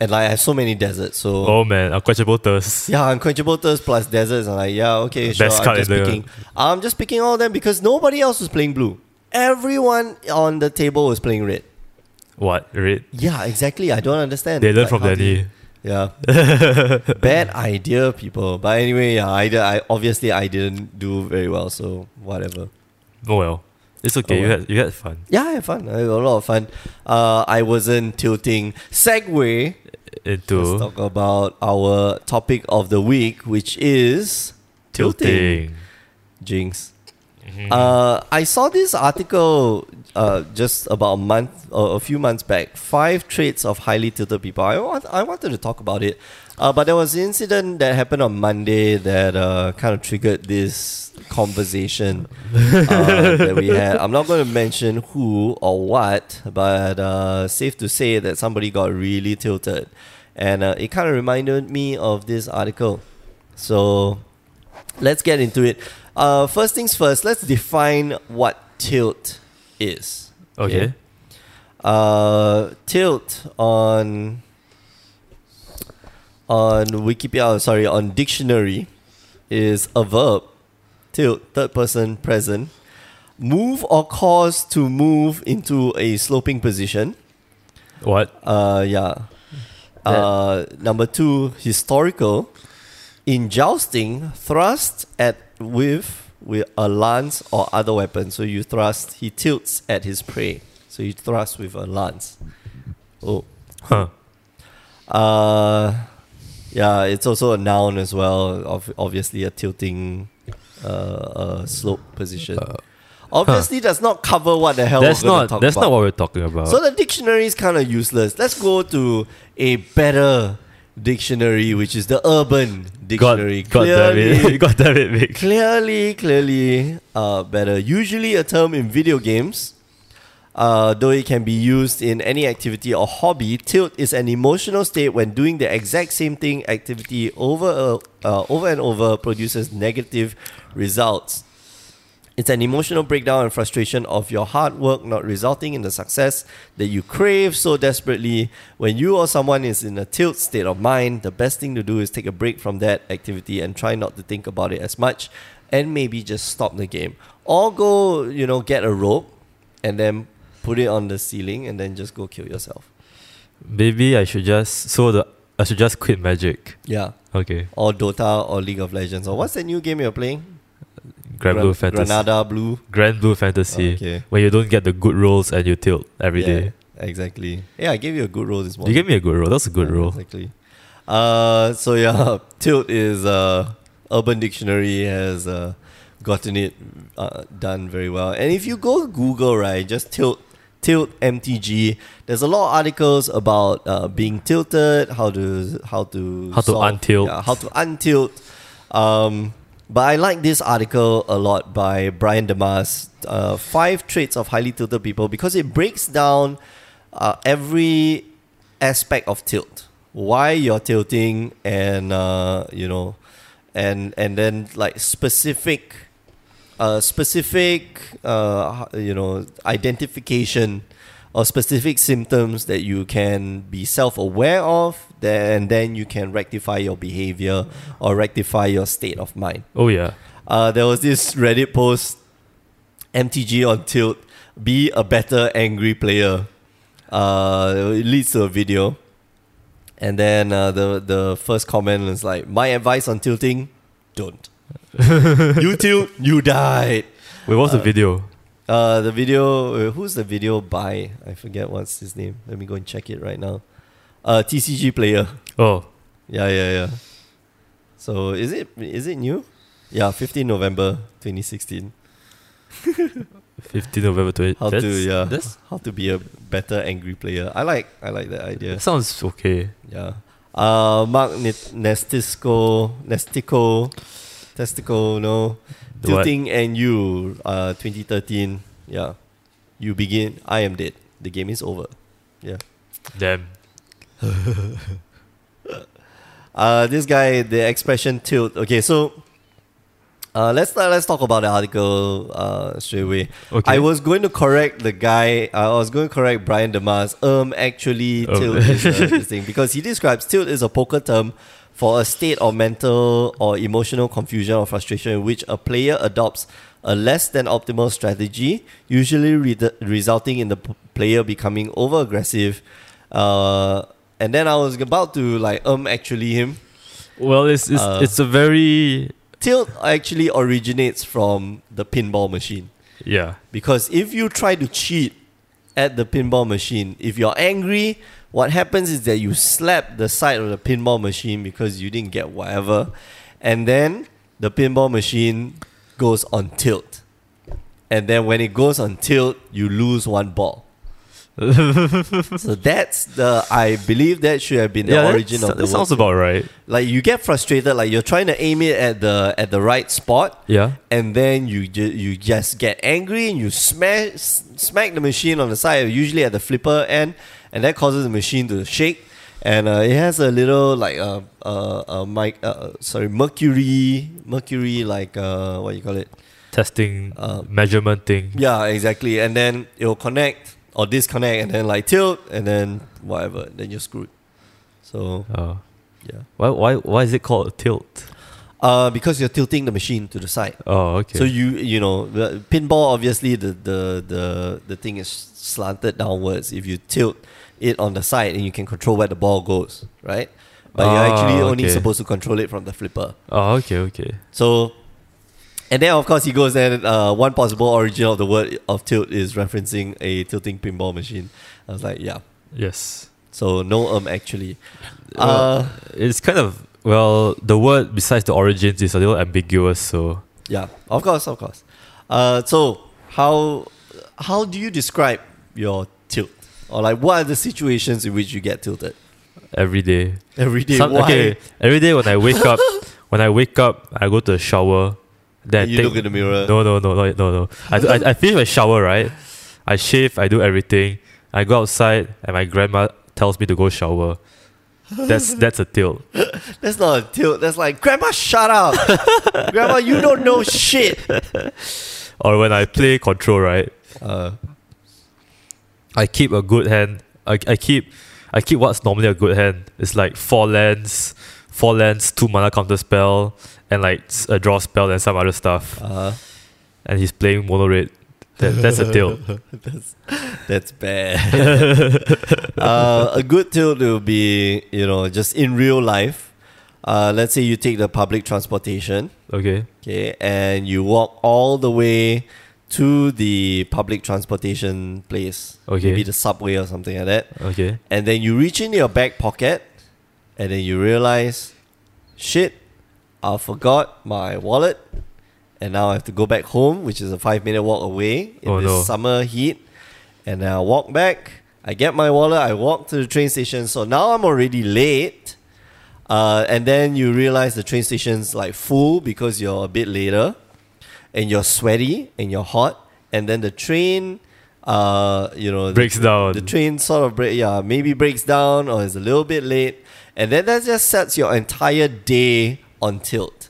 Speaker 1: and like I have so many deserts. So
Speaker 2: oh man, unquenchable thirst.
Speaker 1: yeah, unquenchable thirst plus deserts. I'm like yeah, okay, sure.
Speaker 2: Best
Speaker 1: I'm
Speaker 2: card
Speaker 1: just
Speaker 2: in the-
Speaker 1: picking. I'm just picking all of them because nobody else was playing blue. Everyone on the table was playing red.
Speaker 2: What? Red?
Speaker 1: Yeah, exactly. I don't understand.
Speaker 2: They learn
Speaker 1: Like,
Speaker 2: from
Speaker 1: how
Speaker 2: their
Speaker 1: do you-
Speaker 2: knee.
Speaker 1: yeah. Bad idea, people. But anyway, yeah, I, di- I obviously I didn't do very well, so whatever.
Speaker 2: Oh well. It's okay,
Speaker 1: Oh,
Speaker 2: you
Speaker 1: well.
Speaker 2: had you had fun.
Speaker 1: Yeah, I had fun. I had a lot of fun. Uh, I wasn't tilting. Segway. Let's
Speaker 2: Into
Speaker 1: talk about our topic of the week, which is
Speaker 2: tilting.
Speaker 1: Jinx. Uh, I saw this article uh, just about a month, uh, a few months back. Five traits of highly tilted people. I want, I wanted to talk about it, uh, but there was an incident that happened on Monday that uh, kind of triggered this conversation uh, that we had. I'm not going to mention who or what, but uh, safe to say that somebody got really tilted, and uh, it kind of reminded me of this article. So let's get into it. Uh, first things first, let's define what tilt is.
Speaker 2: Okay.
Speaker 1: Uh, tilt on on Wikipedia, oh, sorry, on dictionary is a verb. Tilt, third person, present. Move or cause to move into a sloping position.
Speaker 2: What?
Speaker 1: Uh, yeah. Uh, number two, historical. In jousting, thrust at with with a lance or other weapon. So you thrust. He tilts at his prey. So you thrust with a lance. Oh.
Speaker 2: Huh.
Speaker 1: Uh, yeah. It's also a noun as well. Of obviously a tilting, uh, uh slope position. obviously, does not cover what the hell.
Speaker 2: Uh, That's
Speaker 1: we're gonna
Speaker 2: not
Speaker 1: talk
Speaker 2: that's
Speaker 1: about.
Speaker 2: not what we're talking about.
Speaker 1: So the dictionary is kind of useless. Let's go to a better dictionary, which is the urban
Speaker 2: God,
Speaker 1: dictionary.
Speaker 2: God damn [laughs] it. God damn it,
Speaker 1: [laughs]
Speaker 2: Vic.
Speaker 1: clearly, clearly uh, better. Usually a term in video games, uh, though it can be used in any activity or hobby. Tilt is an emotional state when doing the exact same thing activity over uh, uh, over and over produces negative results. It's an emotional breakdown and frustration of your hard work not resulting in the success that you crave so desperately. When you or someone is in a tilt state of mind, the best thing to do is take a break from that activity and try not to think about it as much and maybe just stop the game. Or go, you know, get a rope and then put it on the ceiling and then just go kill yourself.
Speaker 2: Maybe I should just so the I should just quit magic.
Speaker 1: Yeah.
Speaker 2: Okay.
Speaker 1: Or Dota or League of Legends or what's that new game you're playing?
Speaker 2: Grand
Speaker 1: Gran-
Speaker 2: Blue Fantasy.
Speaker 1: Granada Blue.
Speaker 2: Grand Blue Fantasy.
Speaker 1: Okay.
Speaker 2: Where you don't get the good rolls and you tilt every day.
Speaker 1: yeah, Exactly. Yeah, I gave you a good roll this morning.
Speaker 2: You gave me a good roll. That's a good
Speaker 1: Yeah,
Speaker 2: roll.
Speaker 1: Exactly. Uh, so yeah, [laughs] tilt is uh, Urban Dictionary has uh, gotten it uh, done very well. And if you go to Google, right, just tilt tilt MTG. There's a lot of articles about uh, being tilted, how to how to
Speaker 2: How to
Speaker 1: solve-
Speaker 2: untilt.
Speaker 1: yeah, how to untilt. Um, but I like this article a lot by Brian Damas, uh, Five Traits of Highly Tilted People, because it breaks down uh, every aspect of tilt, why you're tilting, and, uh, you know, and, and then like specific, uh, specific, uh, h- you know, identification or specific symptoms that you can be self-aware of, then and then you can rectify your behavior or rectify your state of mind.
Speaker 2: Oh yeah.
Speaker 1: Uh, there was this Reddit post, MTG on tilt, be a better angry player. Uh, it leads to a video, and then uh, the the first comment is like, my advice on tilting, don't. [laughs] you tilt, you died.
Speaker 2: Wait, what's
Speaker 1: Uh,
Speaker 2: the video?
Speaker 1: Uh, the video, uh, who's the video by? I forget what's his name. Let me go and check it right now. Uh, TCG player.
Speaker 2: Oh,
Speaker 1: Yeah, yeah, yeah. So is it is it new? Yeah, 15 November 2016.
Speaker 2: 15 November 20.
Speaker 1: How to
Speaker 2: That's-
Speaker 1: yeah,
Speaker 2: That's,
Speaker 1: how to be a better angry player. I like I like that idea.
Speaker 2: That sounds okay.
Speaker 1: Yeah. Uh, Mark Nit- Nestisco, Nestico, Testico, no,
Speaker 2: The what?
Speaker 1: tilting and you, uh, 2013. Yeah, you begin. I am dead. The game is over.
Speaker 2: Damn.
Speaker 1: Uh, this guy, the expression tilt. Okay, so uh, let's start, let's talk about the article uh, straight away.
Speaker 2: Okay.
Speaker 1: I was going to correct the guy. uh, I was going to correct Brian Damas. Um, actually,
Speaker 2: Oh.
Speaker 1: tilt is a, this
Speaker 2: [laughs]
Speaker 1: thing because he describes tilt is a poker term for a state of mental or emotional confusion or frustration in which a player adopts a less than optimal strategy, usually re- resulting in the p- player becoming over aggressive. Uh, and then I was about to like um actually him.
Speaker 2: Well, it's it's,
Speaker 1: Uh,
Speaker 2: it's a very
Speaker 1: Tilt actually originates from the pinball machine.
Speaker 2: yeah.
Speaker 1: Because if you try to cheat at the pinball machine, if you're angry, what happens is that you slap the side of the pinball machine because you didn't get whatever. And then the pinball machine goes on tilt. And then when it goes on tilt, you lose one
Speaker 2: [laughs]
Speaker 1: ball. so that's the I believe that should have been the
Speaker 2: yeah, that
Speaker 1: origin
Speaker 2: so-
Speaker 1: of the
Speaker 2: that sounds
Speaker 1: word.
Speaker 2: about right.
Speaker 1: Like you get frustrated, like you're trying to aim it at the at the right spot,
Speaker 2: Yeah.
Speaker 1: and then you ju- you just get angry and you smash s- smack the machine on the side, usually at the flipper end, and that causes the machine to shake. And uh, it has a little like a uh, uh, uh, mic, uh, uh, sorry, mercury, mercury like uh, what you call it?
Speaker 2: Testing
Speaker 1: Uh,
Speaker 2: measurement thing.
Speaker 1: Yeah, exactly. And then it will connect or disconnect, and then like tilt, and then whatever. Then you're screwed. So
Speaker 2: Oh.
Speaker 1: yeah,
Speaker 2: Why why why is it called a tilt?
Speaker 1: uh, because you're tilting the machine to the side.
Speaker 2: Oh, okay.
Speaker 1: So you you know the pinball obviously the, the the the thing is slanted downwards. If you tilt it on the side and you can control where the ball goes, right? But you're actually
Speaker 2: Ah,
Speaker 1: only
Speaker 2: okay.
Speaker 1: supposed to control it from the flipper.
Speaker 2: oh, okay, okay.
Speaker 1: So, and then of course he goes and uh, one possible origin of the word of tilt is referencing a tilting pinball machine. I was like, yeah.
Speaker 2: Yes.
Speaker 1: So no um actually.
Speaker 2: Well,
Speaker 1: Uh,
Speaker 2: It's kind of well, the word besides the origins is a little ambiguous, so
Speaker 1: yeah, of course, of course. Uh, so how how do you describe your tilt, or like what are the situations in which you get tilted
Speaker 2: every day.
Speaker 1: every day?
Speaker 2: Some-
Speaker 1: why?
Speaker 2: okay, every day when I wake
Speaker 1: [laughs]
Speaker 2: up, when I wake up, I go to the shower. Then
Speaker 1: And
Speaker 2: I
Speaker 1: you
Speaker 2: take-
Speaker 1: look in the mirror.
Speaker 2: No, no, no, no, no, no. I, do- I, I finish my shower, right? I shave, I do everything. I go outside, and my grandma tells me to go shower. That's that's a tilt.
Speaker 1: That's not a tilt. That's like grandma, shut [laughs] up, grandma. You don't know shit.
Speaker 2: Or when I play control, right?
Speaker 1: Uh,
Speaker 2: I keep a good hand. I, I keep I keep what's normally a good hand. It's like four lands, four lands, two mana counter spell, and like s- a draw spell and some other stuff.
Speaker 1: uh,
Speaker 2: And he's playing mono red. That, that's a tilt.
Speaker 1: that's that's [laughs] bad. uh, a good tilt will be you know just in real life. Uh, let's say you take the public transportation.
Speaker 2: Okay.
Speaker 1: Okay, and you walk all the way to the public transportation place.
Speaker 2: Okay.
Speaker 1: Maybe the subway or something like that.
Speaker 2: Okay.
Speaker 1: And then you reach into your back pocket and then you realize, shit, I forgot my wallet. And now I have to go back home, which is a five minute walk away in
Speaker 2: Oh,
Speaker 1: this
Speaker 2: no.
Speaker 1: summer heat. And then I walk back, I get my wallet, I walk to the train station. So now I'm already late. Uh, and then you realize the train station's like full because you're a bit later and you're sweaty and you're hot. And then the train, uh, you know, the-
Speaker 2: Breaks down.
Speaker 1: The train sort of break, yeah, maybe breaks down or is a little bit late. And then that just sets your entire day on tilt.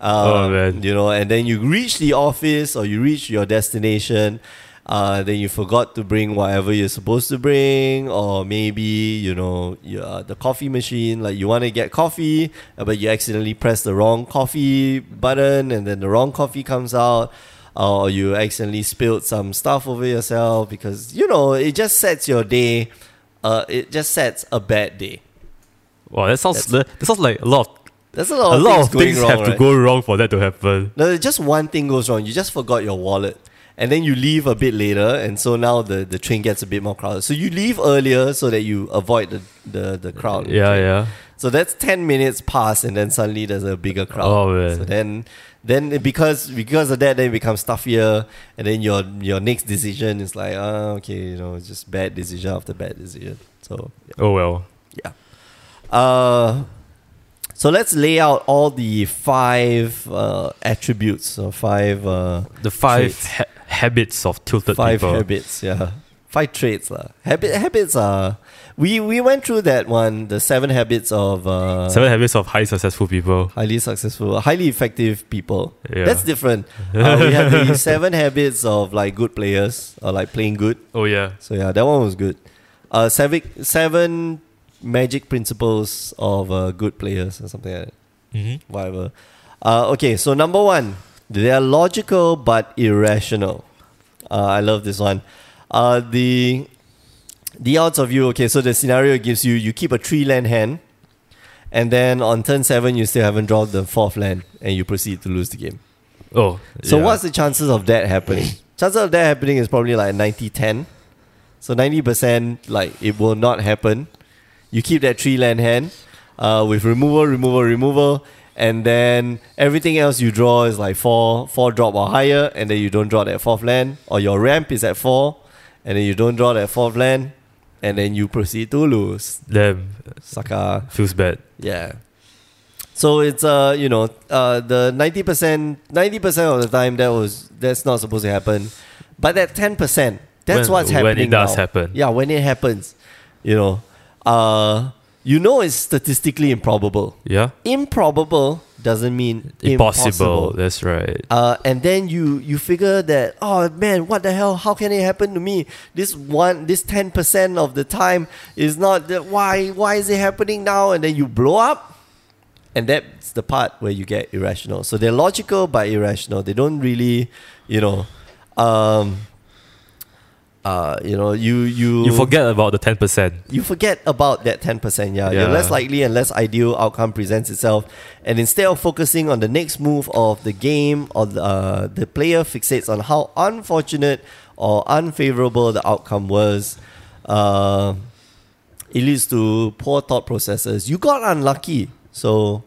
Speaker 2: Oh,
Speaker 1: Um,
Speaker 2: man.
Speaker 1: You know, and then you reach the office or you reach your destination. Uh, then you forgot to bring whatever you're supposed to bring, or maybe you know you, uh, the coffee machine. Like you want to get coffee, uh, but you accidentally press the wrong coffee button, and then the wrong coffee comes out, uh, or you accidentally spilled some stuff over yourself because you know it just sets your day. Uh, it just sets a bad day.
Speaker 2: Wow, that sounds
Speaker 1: That's-
Speaker 2: that, sounds like a lot. Of,
Speaker 1: That's a lot
Speaker 2: a
Speaker 1: of
Speaker 2: lot
Speaker 1: things
Speaker 2: of
Speaker 1: going
Speaker 2: things
Speaker 1: wrong,
Speaker 2: have to
Speaker 1: right?
Speaker 2: go wrong for that to happen.
Speaker 1: No, just one thing goes wrong. You just forgot your wallet. And then you leave a bit later, and so now the, the train gets a bit more crowded. So you leave earlier so that you avoid the, the, the crowd.
Speaker 2: Yeah, yeah.
Speaker 1: So that's 10 minutes past, and then suddenly there's a bigger crowd.
Speaker 2: Oh, man.
Speaker 1: So then, then it- because because of that, then it becomes stuffier, and then your your next decision is like, ah, okay, you know, it's just bad decision after bad decision. So
Speaker 2: Oh well.
Speaker 1: yeah. Uh, so let's lay out all the five uh, attributes or five uh,
Speaker 2: The five
Speaker 1: Traits.
Speaker 2: ha- habits of tilted
Speaker 1: five
Speaker 2: people.
Speaker 1: habits. Yeah, five traits lah. Habit habits are. We we went through that one. The seven habits of uh,
Speaker 2: Seven habits of highly successful people.
Speaker 1: highly successful, highly effective people.
Speaker 2: Yeah.
Speaker 1: That's different. Uh, we had
Speaker 2: [laughs]
Speaker 1: the seven habits of like good players or like playing good.
Speaker 2: oh yeah.
Speaker 1: So yeah, that one was good. Uh, seven seven magic principles of uh, good players or something like that.
Speaker 2: hmm
Speaker 1: Whatever. Uh, okay, so number one, they are logical but irrational. Uh, I love this one. Uh, the the odds of you. Okay, so the scenario gives you you keep a three land hand, and then on turn seven you still haven't drawn the fourth land, and you proceed to lose the game.
Speaker 2: Oh.
Speaker 1: So
Speaker 2: yeah.
Speaker 1: what's the chances of that happening? chances of that happening is probably like 90-10. So 90% like it will not happen. You keep that three land hand uh, with removal, removal, removal, and then everything else you draw is like four, four drop or higher, and then you don't draw that fourth land, or your ramp is at four, and then you don't draw that fourth land, and then you proceed to lose.
Speaker 2: Damn.
Speaker 1: Sucker.
Speaker 2: Feels bad.
Speaker 1: Yeah. So it's uh you know uh the ninety percent ninety percent of the time that was that's not supposed to happen, but that ten percent that's
Speaker 2: When-
Speaker 1: what's
Speaker 2: when it
Speaker 1: happening
Speaker 2: does
Speaker 1: now.
Speaker 2: happen.
Speaker 1: Yeah, when it happens, you know, uh you know it's statistically improbable.
Speaker 2: Yeah.
Speaker 1: Improbable doesn't mean
Speaker 2: Impossible. That's right.
Speaker 1: uh, and then you you figure that oh man what the hell how can it happen to me this one this 10% of the time is not that why why is it happening now and then you blow up and that's the part where you get irrational so they're logical but irrational they don't really you know um uh you know you you
Speaker 2: You forget about the ten percent.
Speaker 1: you forget about that 10%. Yeah, your
Speaker 2: Yeah.
Speaker 1: less likely and less ideal outcome presents itself. And instead of focusing on the next move of the game, or the, uh, the player fixates on how unfortunate or unfavorable the outcome was. Uh, it leads to poor thought processes. You got unlucky. So,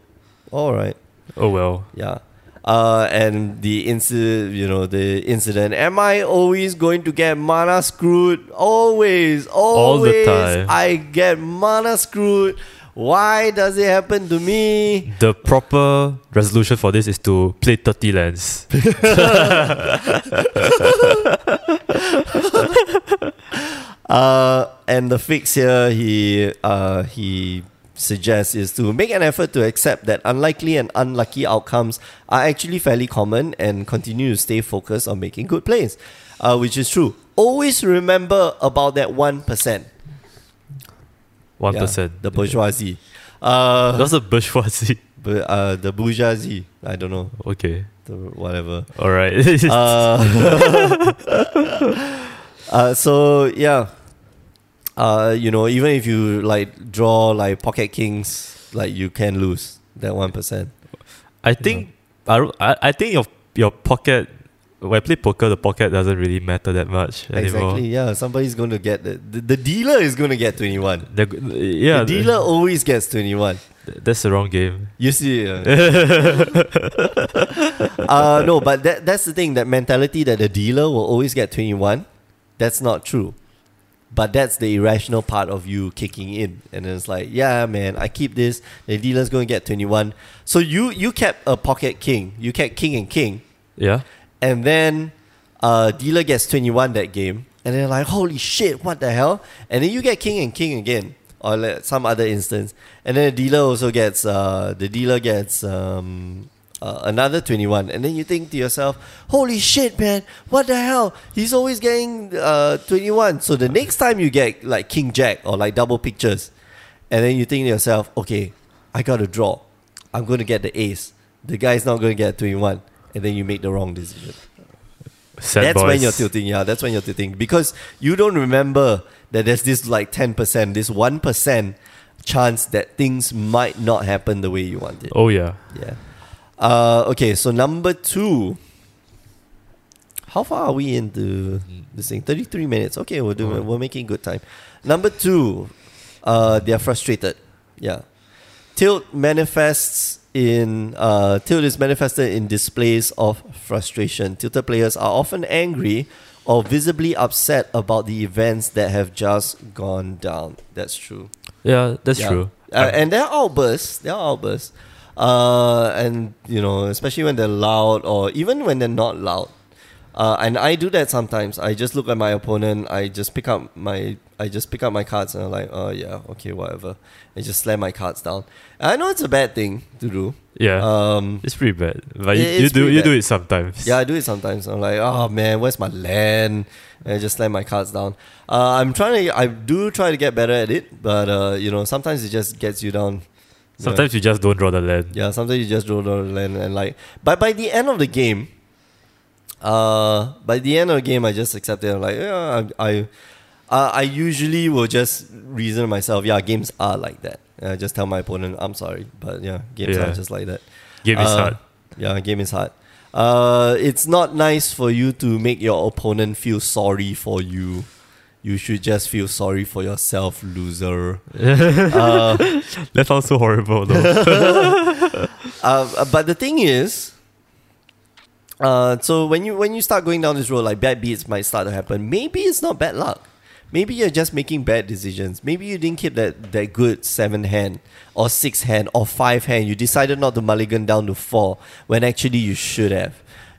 Speaker 1: all right.
Speaker 2: Oh well.
Speaker 1: Yeah. Uh, and the incident, you know, the incident. Am I always going to get mana screwed? Always, always.
Speaker 2: the time.
Speaker 1: I get mana screwed. Why does it happen to me?
Speaker 2: The proper resolution for this is to play 30 lands.
Speaker 1: Uh, and the fix here, he uh, he suggests is to make an effort to accept that unlikely and unlucky outcomes are actually fairly common and continue to stay focused on making good plays, uh, which is true. Always remember about that one percent.
Speaker 2: 1%.
Speaker 1: Yeah, the bourgeoisie. Uh,
Speaker 2: [laughs] That's a bourgeoisie. [laughs]
Speaker 1: bu- uh, the bourgeoisie. I don't know.
Speaker 2: Okay.
Speaker 1: The whatever. [laughs]
Speaker 2: All right.
Speaker 1: Uh, [laughs] uh, so yeah. Uh, you know, even if you like draw like pocket kings, like you can lose that one percent.
Speaker 2: [laughs] I think I, don't- I, I think your your pocket when I play poker, the pocket doesn't really matter that much anymore.
Speaker 1: Exactly. Yeah, somebody's going to get the, the the dealer is going to get twenty one.
Speaker 2: The, yeah,
Speaker 1: the dealer always gets twenty one.
Speaker 2: th- that's the wrong game.
Speaker 1: You see. uh, uh, no, but that, that's the thing. That mentality that the dealer will always get 21, that's not true. But that's the irrational part of you kicking in, and then it's like, yeah, man, I keep this. The dealer's going to get twenty one. So you you kept a pocket king, you kept king and king,
Speaker 2: Yeah.
Speaker 1: and then uh, dealer gets 21 that game and they're like holy shit what the hell and then you get king and king again or like some other instance and then the dealer also gets uh, the dealer gets um, uh, another 21 and then you think to yourself holy shit man what the hell he's always getting uh, 21 so the next time you get like king jack or like double pictures and then you think to yourself okay i gotta draw i'm gonna get the ace the guy's not gonna get 21 and then you make the wrong decision
Speaker 2: Sad
Speaker 1: that's
Speaker 2: boys.
Speaker 1: when you're tilting. Yeah, that's when you're tilting because you don't remember that there's this like ten percent, this one percent chance that things might not happen the way you want it.
Speaker 2: Oh yeah.
Speaker 1: Yeah. Uh, okay, so number two. How far are we into this thing? Thirty-three minutes. Okay, we're doing. We're making good time. Number two, uh, they are frustrated. Yeah, tilt manifests in uh, tilt is manifested in displays of frustration. Tilted players are often angry or visibly upset about the events that have just gone down. That's true.
Speaker 2: Yeah, that's
Speaker 1: Yeah.
Speaker 2: true.
Speaker 1: Uh, and they're outbursts. They're outbursts. Uh, and, you know, especially when they're loud or even when they're not loud. Uh, and I do that sometimes. I just look at my opponent. I just pick up my I just pick up my cards and I'm like, oh yeah, okay, whatever. I just slam my cards down. And I know it's a bad thing to do.
Speaker 2: yeah.
Speaker 1: Um,
Speaker 2: it's pretty bad. But you,
Speaker 1: it-
Speaker 2: you
Speaker 1: it's
Speaker 2: do
Speaker 1: pretty
Speaker 2: you do
Speaker 1: bad.
Speaker 2: it sometimes.
Speaker 1: yeah, I do it sometimes. I'm like, oh man, where's my land? And I just slam my cards down. Uh, I'm trying to. I do try to get better at it, but uh, you know, sometimes it just gets you down. You know,
Speaker 2: Sometimes you just don't draw the land.
Speaker 1: Yeah, sometimes you just roll down the land and like but by the end of the game uh by the end of the game I just accepted I'm like yeah I I, uh, I usually will just reason to myself, yeah, games are like that. And I just tell my opponent, I'm sorry, but yeah, games
Speaker 2: Yeah.
Speaker 1: are just like that.
Speaker 2: Game is
Speaker 1: Uh,
Speaker 2: hard. [laughs]
Speaker 1: Yeah, game is hard. Uh, it's not nice for you to make your opponent feel sorry for you. You should just feel sorry for yourself, loser.
Speaker 2: That sounds so
Speaker 1: [laughs]
Speaker 2: horrible though.
Speaker 1: uh, but the thing is, uh, so when you when you start going down this road, like bad beats might start to happen. Maybe it's not bad luck. Maybe you're just making bad decisions. Maybe you didn't keep that, that good seven hand or six hand or five hand. You decided not to mulligan down to four when actually you should have.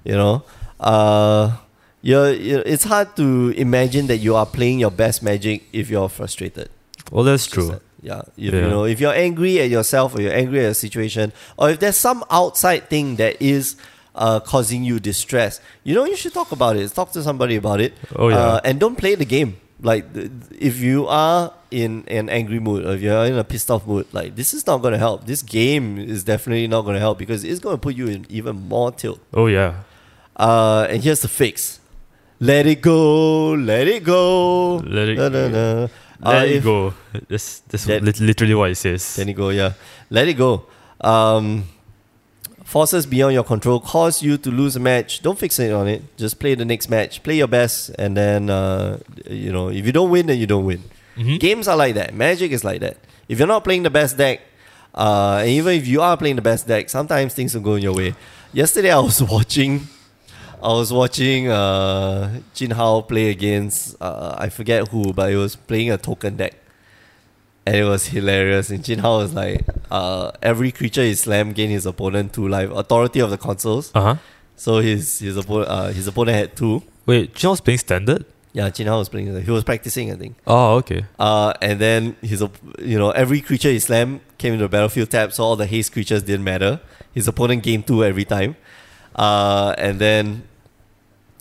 Speaker 1: You know, uh, you're, you're, it's hard to imagine that you are playing your best magic if you're frustrated.
Speaker 2: well that's
Speaker 1: Just
Speaker 2: true.
Speaker 1: that, Yeah. If,
Speaker 2: Yeah.
Speaker 1: You know, if you're angry at yourself or you're angry at a situation, or if there's some outside thing that is uh, causing you distress, you know, you should talk about it. Talk to somebody about it.
Speaker 2: Oh, yeah.
Speaker 1: Uh, and don't play the game. Like, th- if you are in an angry mood or if you're in a pissed off mood, like, this is not going to help. This game is definitely not going to help because it's going to put you in even more tilt.
Speaker 2: Oh yeah.
Speaker 1: Uh, and here's the fix let it go, let it go.
Speaker 2: Let it
Speaker 1: Da-da-da. Uh,
Speaker 2: There you
Speaker 1: if-
Speaker 2: go. That's that's
Speaker 1: That-
Speaker 2: lit- literally what it says.
Speaker 1: Let it go, yeah. Let it go. Um, forces beyond your control cause you to lose a match. Don't fixate on it. Just play the next match. Play your best, and then uh, you know if you don't win, then you don't win.
Speaker 2: Mhm.
Speaker 1: Games are like that. Magic is like that. If you're not playing the best deck, uh, and even if you are playing the best deck, sometimes things will go in your way. Yesterday, I was [laughs] watching. I was watching uh, Jin Hao play against uh, I forget who, but he was playing a token deck, and it was hilarious. And Jin Hao was like, uh, every creature he slammed gained his opponent two life. Authority of the consoles,
Speaker 2: Uh huh.
Speaker 1: so his his opponent uh, his opponent had two.
Speaker 2: Wait, John's playing standard?
Speaker 1: Yeah, Jin Hao was playing. He was practicing, I think.
Speaker 2: Oh, okay.
Speaker 1: Uh, and then his, op- you know, every creature he slammed came into the battlefield tap, so all the haste creatures didn't matter. His opponent gained two every time. Uh, and then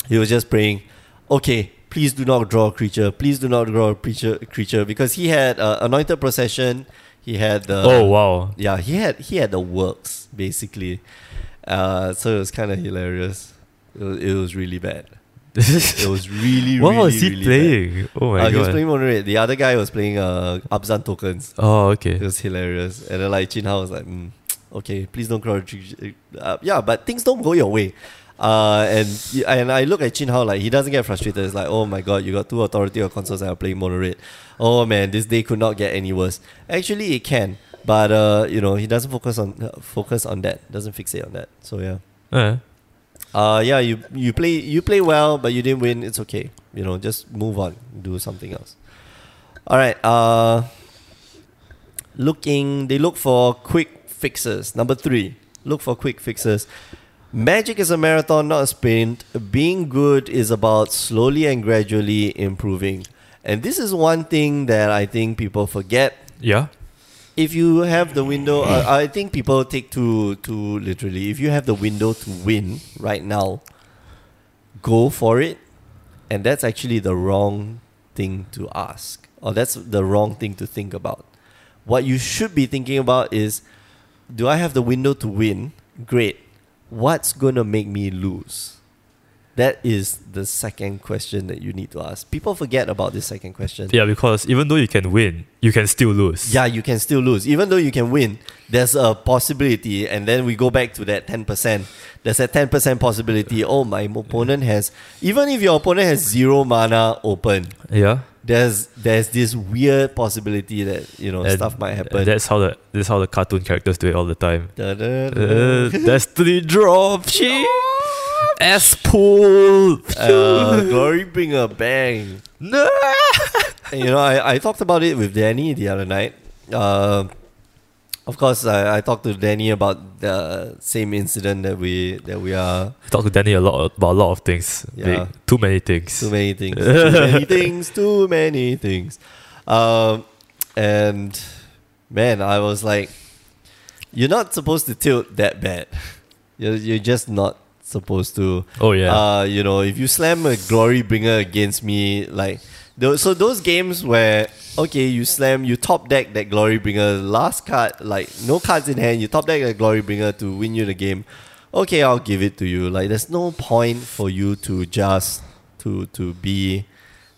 Speaker 1: he was just praying, okay, please do not draw a creature. Please do not draw a creature, creature because he had uh, anointed procession. He had the
Speaker 2: oh wow.
Speaker 1: yeah, he had he had the works basically. Uh, so it was kind of hilarious. It was, it was really bad. It was really
Speaker 2: [laughs] what
Speaker 1: really
Speaker 2: was he
Speaker 1: really bad.
Speaker 2: playing? Oh my
Speaker 1: Uh, he was
Speaker 2: god.
Speaker 1: playing Mono Red. The other guy was playing uh, Abzan tokens.
Speaker 2: oh
Speaker 1: It
Speaker 2: okay.
Speaker 1: was hilarious. And then like Jin Hao was like, mm, okay, please don't crowd. Uh, yeah, but things don't go your way. Uh, and and I look at Chin Hao like he doesn't get frustrated. It's like, oh my god, you got two authority or consoles that are playing Mono Red. Oh man, this day could not get any worse. Actually, it can, but uh, you know he doesn't focus on focus on that. Doesn't fixate on that. So yeah.
Speaker 2: Uh,
Speaker 1: uh, yeah, you you play you play well, but you didn't win. It's okay. You know, just move on, do something else. All right. Uh, looking, they look for quick fixes. Number three, look for quick fixes. Magic is a marathon, not a sprint. Being good is about slowly and gradually improving. And this is one thing that I think people forget
Speaker 2: Yeah.
Speaker 1: if you have the window, uh, I think people take too too literally. If you have the window to win right now, go for it, and that's actually the wrong thing to ask, or that's the wrong thing to think about. What you should be thinking about is, do I have the window to win? Great. What's gonna make me lose? That is the second question that you need to ask. People forget about this second question.
Speaker 2: Yeah, because even though you can win, you can still lose.
Speaker 1: Yeah, you can still lose. Even though you can win, there's a possibility. And then we go back to that 10%. There's a 10% possibility. Oh, my opponent has, even if your opponent has zero mana open,
Speaker 2: Yeah.
Speaker 1: there's there's this weird possibility that, you know,
Speaker 2: And-
Speaker 1: stuff might happen.
Speaker 2: and That's how the that's how the cartoon characters do it all the time.
Speaker 1: Da-da-da.
Speaker 2: Uh, Destiny drop shit. S pool.
Speaker 1: Uh, glory bring a bang.
Speaker 2: No.
Speaker 1: And, you know, I, I talked about it with Danny the other night. Uh, of course, I, I talked to Danny about the same incident that we that we are
Speaker 2: [laughs] Talk to Danny a lot about a lot of things.
Speaker 1: Yeah.
Speaker 2: Like, too many things.
Speaker 1: Too many things. too many things. Too many things. Um, and man, I was like, you're not supposed to tilt that bad. You're, you're just not supposed to.
Speaker 2: Oh yeah.
Speaker 1: Uh, you know, if you slam a glory bringer against me, like tho- so those games where okay, you slam, you top deck that glory bringer, last card, like no cards in hand, you top deck that glory bringer to win you the game. Okay, I'll give it to you. Like there's no point for you to just to to be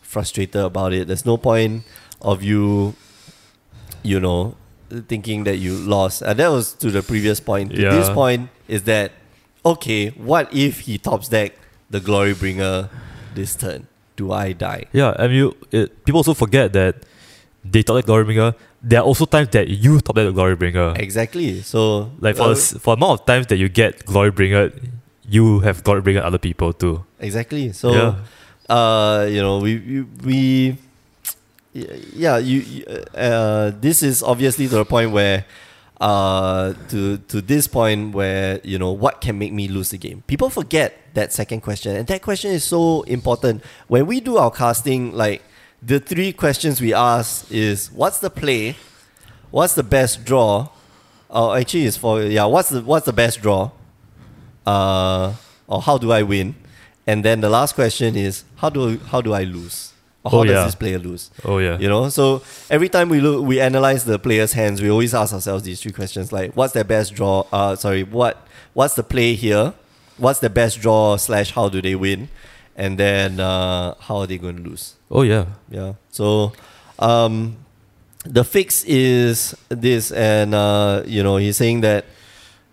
Speaker 1: frustrated about it. There's no point of you, you know, thinking that you lost. And that was to the previous point. To this
Speaker 2: Yeah.
Speaker 1: point is that okay, what if he tops deck the glory bringer this turn? Do I die?
Speaker 2: Yeah, and you it, people also forget that they top deck glory bringer. There are also times that you top deck the glory bringer.
Speaker 1: Exactly. So
Speaker 2: Like for
Speaker 1: uh,
Speaker 2: the s for amount of times that you get glory bringer, you have glory bringer other people too.
Speaker 1: exactly. So
Speaker 2: yeah,
Speaker 1: uh, you know, we we, we yeah, you you, uh, this is obviously to the point where uh to to this point where you know what can make me lose the game people forget that second question and that question is so important when we do our casting like the three questions we ask is what's the play what's the best draw oh actually it's for yeah what's the what's the best draw uh or how do i win and then the last question is how do how do i lose or how
Speaker 2: Oh,
Speaker 1: does
Speaker 2: yeah.
Speaker 1: this player lose
Speaker 2: oh yeah,
Speaker 1: you know, so every time we look, we analyze the player's hands. We always ask ourselves these three questions: like, what's their best draw? Uh, sorry, what what's the play here? What's the best draw slash how do they win? And then uh, how are they going to lose?
Speaker 2: oh yeah,
Speaker 1: Yeah. So, um, the fix is this, and uh, you know, he's saying that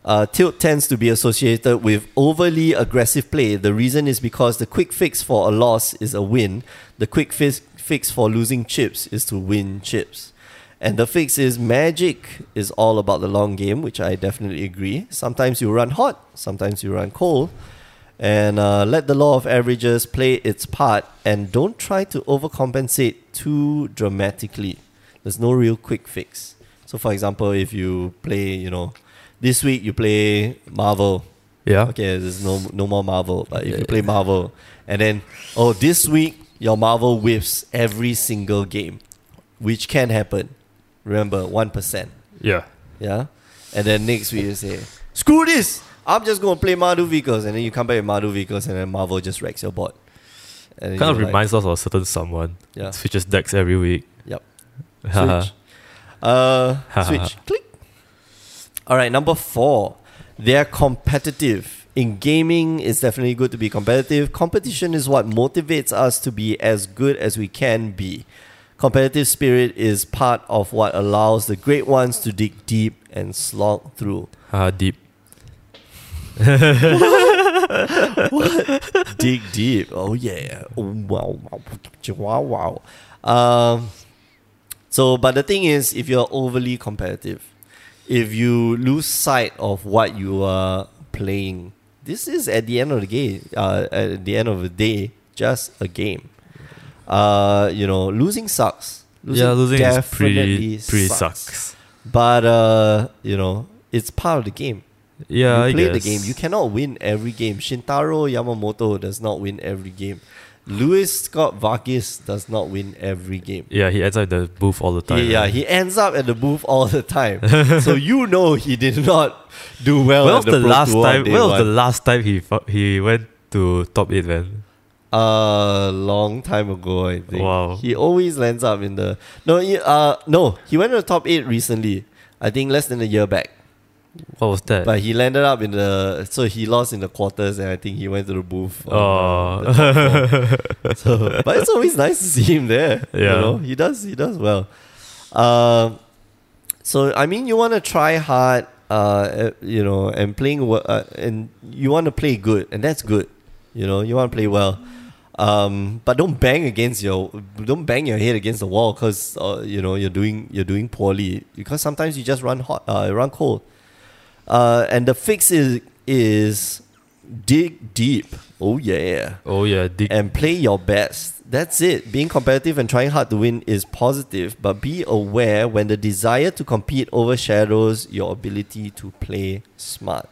Speaker 1: uh, tilt tends to be associated with overly aggressive play. The reason is because the quick fix for a loss is a win. The quick fix fix for losing chips is to win chips. And the fix is magic is all about the long game, which I definitely agree. Sometimes you run hot, sometimes you run cold. And uh, let the law of averages play its part and don't try to overcompensate too dramatically. There's no real quick fix. So, for example, if you play, you know, this week you play Marvel.
Speaker 2: yeah,
Speaker 1: Okay, there's no no more Marvel, but if
Speaker 2: Yeah.
Speaker 1: you play Marvel, and then oh, this week your Marvel whiffs every single game, which can happen. Remember, one percent.
Speaker 2: yeah,
Speaker 1: Yeah. And then next week you say, screw this! I'm just going to play Mardu Vehicles. And then you come back with Mardu Vehicles and then Marvel just wrecks your board. And then
Speaker 2: Kind of
Speaker 1: you're like,
Speaker 2: reminds us of a certain someone.
Speaker 1: Yeah.
Speaker 2: switches decks every week.
Speaker 1: Yep.
Speaker 2: Haha.
Speaker 1: Switch. uh, switch. Click. All right, number four. They're competitive. In gaming, it's definitely good to be competitive. Competition is what motivates us to be as good as we can be. Competitive spirit is part of what allows the great ones to dig deep and slog through.
Speaker 2: Haha, deep.
Speaker 1: dig deep. Oh yeah. Oh, wow. Wow. Wow. Wow. Um, so, but the thing is, if you're overly competitive, if you lose sight of what you are playing, this is at the end of the game. Uh, at the end of the day, just a game. Uh, you know, losing sucks.
Speaker 2: yeah, losing is
Speaker 1: definitely
Speaker 2: pretty, pretty
Speaker 1: sucks.
Speaker 2: sucks.
Speaker 1: But uh, you know, it's part of the game.
Speaker 2: Yeah, I
Speaker 1: you play
Speaker 2: guess.
Speaker 1: the game. You cannot win every game. Shintaro Yamamoto does not win every game. Luis Scott Vargas does not win every game.
Speaker 2: Yeah, he ends up in the booth all the
Speaker 1: Yeah,
Speaker 2: time.
Speaker 1: yeah, he ends up at the booth all the time.
Speaker 2: [laughs]
Speaker 1: so you know he did not do well.
Speaker 2: When
Speaker 1: at
Speaker 2: was the,
Speaker 1: Pro
Speaker 2: last
Speaker 1: Tour on
Speaker 2: time?
Speaker 1: day
Speaker 2: When was the
Speaker 1: Oh, one.
Speaker 2: last time he fu- he went to top eight? Then
Speaker 1: Uh, long time ago, I think.
Speaker 2: Wow.
Speaker 1: He always lands up in the no. He, uh, no, he went to the top eight recently. I think less than a year back.
Speaker 2: what was that?
Speaker 1: But he landed up in the so he lost in the quarters, and I think he went to the booth. on, uh, the top four.
Speaker 2: oh,
Speaker 1: So, but it's always nice to see him there. You
Speaker 2: Yeah.
Speaker 1: know, he does he does well. Um, so I mean, you want to try hard, uh, eh, you know, and playing wo- uh, and you want to play good, and that's good. You know, you want to play well. Um, but don't bang against your don't bang your head against the wall because uh, you know you're doing you're doing poorly because sometimes you just run hot uh, run cold. Uh, and the fix is is dig deep. Oh yeah
Speaker 2: [laughs] oh yeah, dig-
Speaker 1: and play your best. That's it. Being competitive and trying hard to win is positive, but be aware when the desire to compete overshadows your ability to play smart.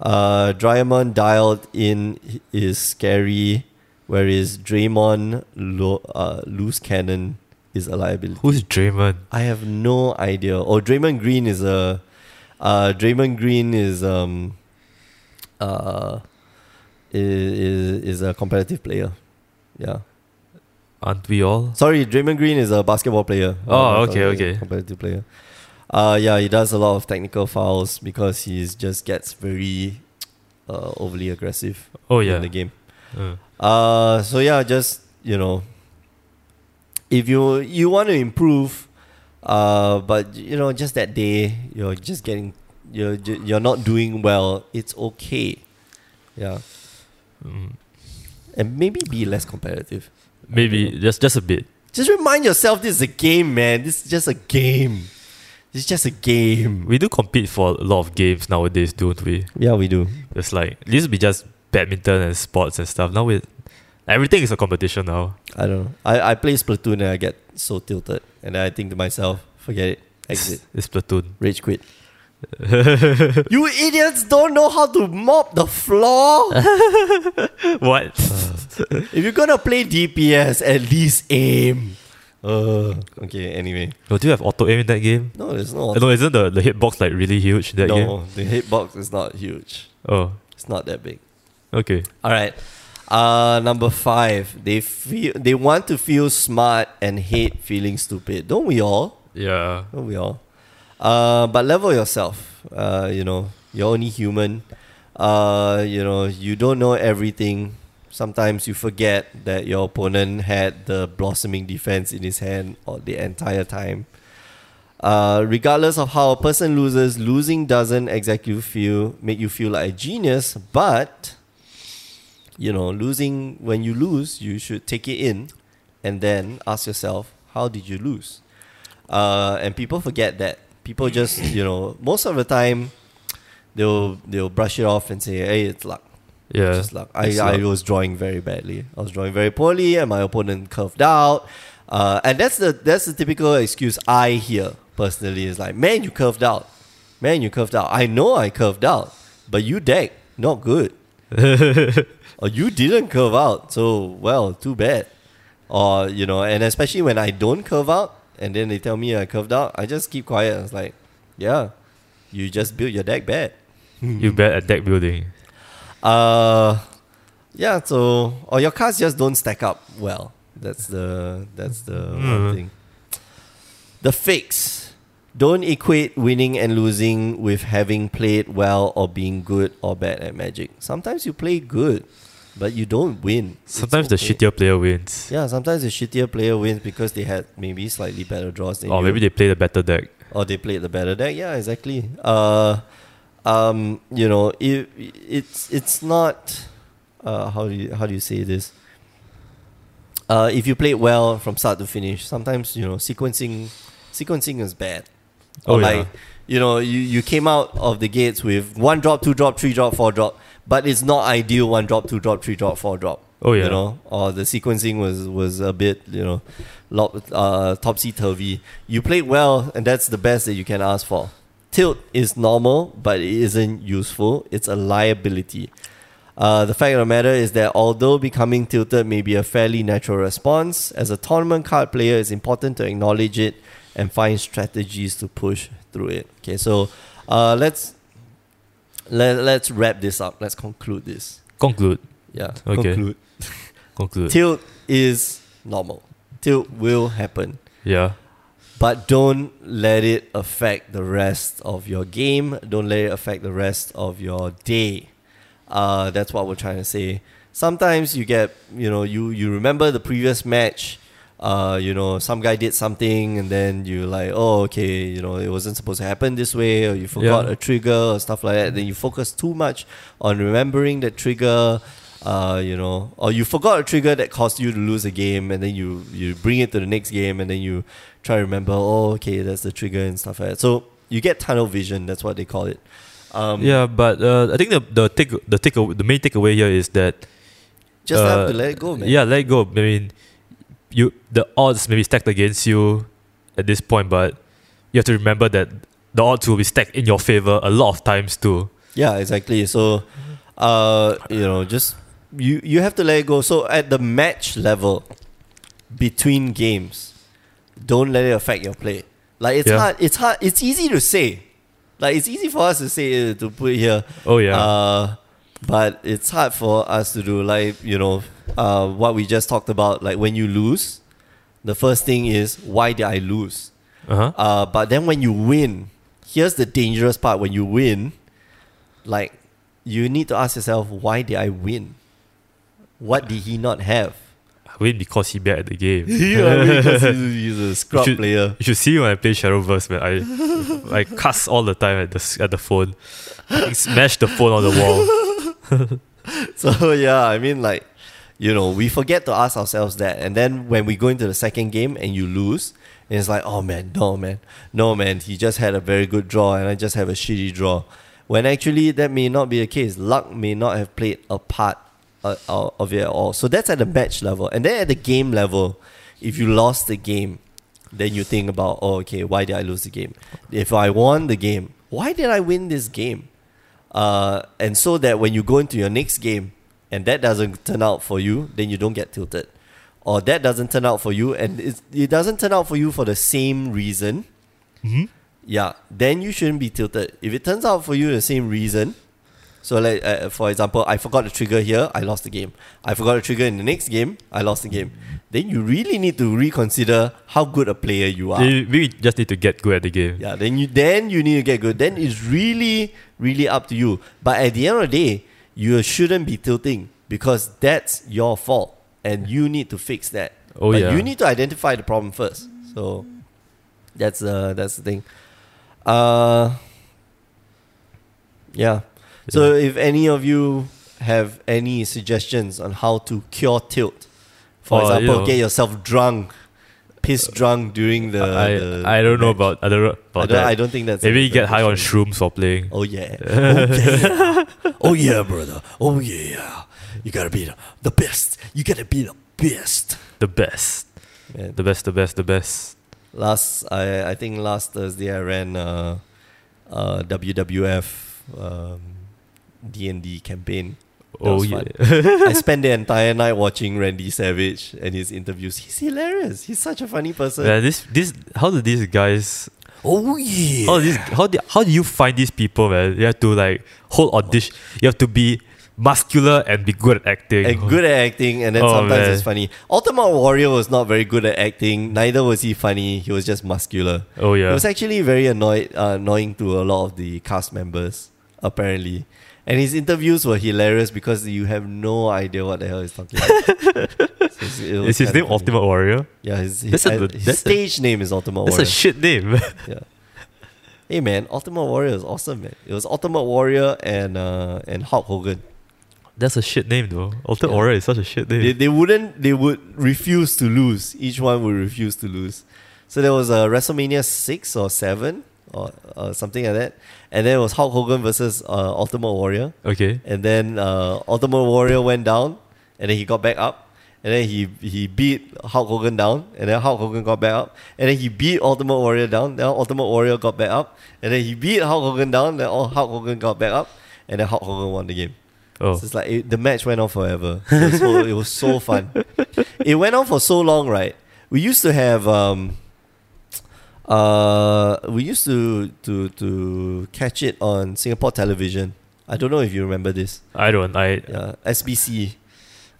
Speaker 1: Uh, Dryamon dialed in is scary, whereas Draymond lo- uh, loose cannon is a liability.
Speaker 2: who's Draymond?
Speaker 1: I have no idea. Or Draymond Green is a, uh, Draymond Green is um, uh, is is a competitive player. Yeah.
Speaker 2: Aren't we all?
Speaker 1: Sorry, Draymond Green is a basketball player.
Speaker 2: Oh,
Speaker 1: Uh,
Speaker 2: okay,
Speaker 1: sorry,
Speaker 2: okay.
Speaker 1: Competitive player. Uh, yeah, he does a lot of technical fouls because he just gets very uh, overly aggressive
Speaker 2: Oh
Speaker 1: in
Speaker 2: yeah.
Speaker 1: the game.
Speaker 2: Uh,
Speaker 1: Uh, so yeah, just you know, if you you want to improve, uh, but you know, just that day you're just getting you're ju- you're not doing well. It's okay, yeah,
Speaker 2: mm,
Speaker 1: and maybe be less competitive.
Speaker 2: maybe just just a bit.
Speaker 1: Just remind yourself this is a game, man. This is just a game. It's just a game.
Speaker 2: We do compete for a lot of games nowadays, don't we?
Speaker 1: Yeah, we do.
Speaker 2: It's like it used to be just badminton and sports and stuff. Now we everything is a competition now.
Speaker 1: I don't know. I, I play Splatoon and I get so tilted, and I think to myself, forget it. Exit.
Speaker 2: It's platoon.
Speaker 1: Rage quit. you idiots don't know how to mop the [laughs] floor.
Speaker 2: [laughs] what?
Speaker 1: if you're gonna play DPS, at least aim. Uh, okay. Anyway,
Speaker 2: No, Oh, do you have auto aim in that game?
Speaker 1: no, there's no.
Speaker 2: Uh, No, isn't the, the hitbox like really huge in that game?
Speaker 1: no, the hitbox is not huge.
Speaker 2: Oh,
Speaker 1: It's not that big.
Speaker 2: okay.
Speaker 1: All right. Uh, number five. They feel they want to feel smart and hate feeling stupid. Don't we all?
Speaker 2: Yeah.
Speaker 1: Don't we all? Uh, but level yourself. Uh, you know, you're only human. Uh, you know, you don't know everything. Sometimes you forget that your opponent had the blossoming defense in his hand all the entire time. Uh, regardless of how a person loses, losing doesn't exactly feel make you feel like a genius, but you know, losing when you lose, you should take it in and then ask yourself, how did you lose? Uh, and people forget that. People just, you know, most of the time they'll they'll brush it off and say, Hey, it's luck.
Speaker 2: Yeah.
Speaker 1: Just luck. I,
Speaker 2: It's
Speaker 1: I
Speaker 2: luck.
Speaker 1: was drawing very badly. I was drawing very poorly, and my opponent curved out. Uh, and that's the that's the typical excuse I hear personally is like, man, you curved out, man, you curved out. I know I curved out, but you deck not good, or you didn't curve out. So well, too bad. Or you know, and especially when I don't curve out, and then they tell me I curved out, I just keep quiet. I was like, yeah, you just built your deck bad.
Speaker 2: you
Speaker 1: Hmm.
Speaker 2: bad at deck building.
Speaker 1: Uh, yeah. So, or your cards just don't stack up well. That's the that's the one
Speaker 2: Mm.
Speaker 1: thing. The fix. Don't equate winning and losing with having played well or being good or bad at Magic. Sometimes you play good, but you don't win. It's
Speaker 2: Sometimes
Speaker 1: okay.
Speaker 2: the shittier player wins.
Speaker 1: Yeah, sometimes the shittier player wins because they had maybe slightly better draws than
Speaker 2: or
Speaker 1: you.
Speaker 2: maybe they play the better deck.
Speaker 1: Or they played the better deck. Yeah, exactly. Uh, um, you know, it, it's it's not. Uh, how do you how do you say this? Uh, if you played well from start to finish, sometimes you know sequencing sequencing is bad. Or
Speaker 2: Oh, yeah.
Speaker 1: like you know, you, you came out of the gates with one drop, two drop, three drop, four drop, but it's not ideal one drop, two drop, three drop, four drop.
Speaker 2: Oh, yeah.
Speaker 1: You know, or the sequencing was was a bit, you know, lo- uh, topsy turvy. You played well, and that's the best that you can ask for. Tilt is normal, but it isn't useful. It's a liability. Uh, the fact of the matter is that although becoming tilted may be a fairly natural response, as a tournament card player, it's important to acknowledge it and find strategies to push through it. Okay, so uh, let's let, let's wrap this up. Let's conclude this.
Speaker 2: Conclude.
Speaker 1: Yeah,
Speaker 2: Okay.
Speaker 1: conclude.
Speaker 2: Conclude.
Speaker 1: Tilt is normal. Tilt will happen,
Speaker 2: yeah.
Speaker 1: but don't let it affect the rest of your game. Don't let it affect the rest of your day. Uh, that's what we're trying to say. Sometimes you get, you know, you you remember the previous match. Uh, you know, some guy did something, and then you like, oh, okay, you know, it wasn't supposed to happen this way, or you forgot
Speaker 2: Yeah.
Speaker 1: a trigger or stuff like that. Then you focus too much on remembering that trigger. Uh, you know, or you forgot a trigger that caused you to lose a game, and then you you bring it to the next game, and then you try to remember, oh, okay, that's the trigger and stuff like that. So you get tunnel vision. That's what they call it. Um,
Speaker 2: yeah, but uh, I think the the take the take the main takeaway here is that
Speaker 1: just
Speaker 2: uh,
Speaker 1: have to let it go, Oh, man.
Speaker 2: Yeah, let it go. I mean, you the odds may be stacked against you at this point, but you have to remember that the odds will be stacked in your favor a lot of times too.
Speaker 1: Yeah, exactly. So, uh, you know, just you you have to let it go. So at the match level, between games, don't let it affect your play. Like it's
Speaker 2: Yeah.
Speaker 1: hard. It's hard. It's easy to say. Like it's easy for us to say uh, to put it here.
Speaker 2: Oh yeah,
Speaker 1: Uh, but it's hard for us to do. Like you know, uh, what we just talked about. Like when you lose, the first thing is why did I lose?
Speaker 2: uh-huh.
Speaker 1: Uh, but then when you win, here's the dangerous part. When you win, like you need to ask yourself, why did I win? What did he not
Speaker 2: [laughs]
Speaker 1: have?
Speaker 2: I win because he bad at the
Speaker 1: [laughs]
Speaker 2: game.
Speaker 1: You know what I mean? 'Cause he's, he's a scrub
Speaker 2: should-
Speaker 1: player.
Speaker 2: You should see when I play Shadowverse, man. I [laughs] I cuss all the time at the s- at the phone. I smash the phone on the
Speaker 1: [laughs]
Speaker 2: wall.
Speaker 1: So yeah, I mean like you know, we forget to ask ourselves that. And then when we go into the second game and you lose, and it's like, oh man, no man, no man, he just had a very good draw and I just have a shitty draw. When actually that may not be the case. Luck may not have played a part uh, uh, of it at all. So that's at the match level. And then at the game level, if you lost the game, then you think about, oh, okay, why did I lose the game? If I won the game, why did I win this game? Uh, and so that when you go into your next game and that doesn't turn out for you, then you don't get tilted. Or that doesn't turn out for you and it's, it doesn't turn out for you for the same reason,
Speaker 2: Mhm.
Speaker 1: yeah, then you shouldn't be tilted. If it turns out for you the same reason, so like uh, for example, I forgot the trigger here, I lost the game. I forgot the trigger in the next game, I lost the game. Then you really need to reconsider how good a player you are.
Speaker 2: You- We just need to get good at the game.
Speaker 1: Yeah, then you then you need to get good. Then it's really, really up to you. But at the end of the day, you shouldn't be tilting because that's your fault. And you need to fix that.
Speaker 2: Oh,
Speaker 1: but
Speaker 2: yeah.
Speaker 1: you need to identify the problem first. So that's uh that's the thing. Uh yeah. So if any of you have any suggestions on how to cure tilt, for
Speaker 2: Or, you
Speaker 1: example,
Speaker 2: know-
Speaker 1: get yourself drunk, piss drunk during the
Speaker 2: I,
Speaker 1: the-
Speaker 2: I don't know
Speaker 1: the
Speaker 2: about I don't know about
Speaker 1: I don't,
Speaker 2: that.
Speaker 1: I don't think that's
Speaker 2: Maybe
Speaker 1: a-
Speaker 2: you get
Speaker 1: that's
Speaker 2: high on
Speaker 1: true.
Speaker 2: shrooms while playing.
Speaker 1: Oh
Speaker 2: [laughs]
Speaker 1: yeah. oh yeah, oh yeah, brother. Oh yeah, you gotta be the, the best. You gotta be the best.
Speaker 2: The best,
Speaker 1: Man.
Speaker 2: the best, the best, the best.
Speaker 1: Last, I I think last Thursday I ran uh, uh WWF um, D and D campaign. That
Speaker 2: Oh
Speaker 1: was
Speaker 2: yeah,
Speaker 1: fun. I spent the entire night watching Randy Savage and his interviews. He's hilarious. He's such a funny person.
Speaker 2: Man, this this how do these guys
Speaker 1: oh yeah.
Speaker 2: how do these how do, how do you find these people man? You have to like hold audition. You have to be muscular and be good at acting.
Speaker 1: and good at acting, and then
Speaker 2: Oh,
Speaker 1: sometimes
Speaker 2: man.
Speaker 1: it's funny. Ultimate Warrior was not very good at acting. Neither was he funny. He was just muscular.
Speaker 2: Oh
Speaker 1: It
Speaker 2: yeah,
Speaker 1: was actually very annoyed, uh, annoying to a lot of the cast members, apparently. And his interviews were hilarious because you have no idea what the hell he's talking
Speaker 2: [laughs]
Speaker 1: about. So it's- it was
Speaker 2: is his
Speaker 1: kinda
Speaker 2: name
Speaker 1: funny.
Speaker 2: Ultimate Warrior?
Speaker 1: Yeah, his, his,
Speaker 2: That's a-
Speaker 1: uh, his
Speaker 2: that's a-
Speaker 1: stage name is Ultimate
Speaker 2: That's
Speaker 1: Warrior.
Speaker 2: a shit
Speaker 1: [laughs]
Speaker 2: name.
Speaker 1: yeah. Hey man, Ultimate Warrior is awesome, man. It was Ultimate Warrior and uh, and Hulk Hogan.
Speaker 2: That's a shit name though. Ultimate
Speaker 1: Yeah.
Speaker 2: Warrior is such a shit name.
Speaker 1: they, they wouldn't they would refuse to lose each one would refuse to lose so there was a wrestlemania 6 or 7 or uh, something like that. And then it was Hulk Hogan versus uh, Ultimate Warrior.
Speaker 2: Okay.
Speaker 1: And then uh, Ultimate Warrior went down, and then he got back up, and then he he beat Hulk Hogan down, and then Hulk Hogan got back up, and then he beat Ultimate Warrior down. Then Ultimate Warrior got back up, and then he beat Hulk Hogan down. Then all Hulk Hogan got back up, and then Hulk Hogan won the game.
Speaker 2: Oh.
Speaker 1: So it's like it, the match went on forever. It was, so, it was so fun. It went on for so long, right? We used to have um, uh, we used to to to catch it on Singapore television. I don't know if you remember this.
Speaker 2: I don't. I
Speaker 1: Yeah, SBC.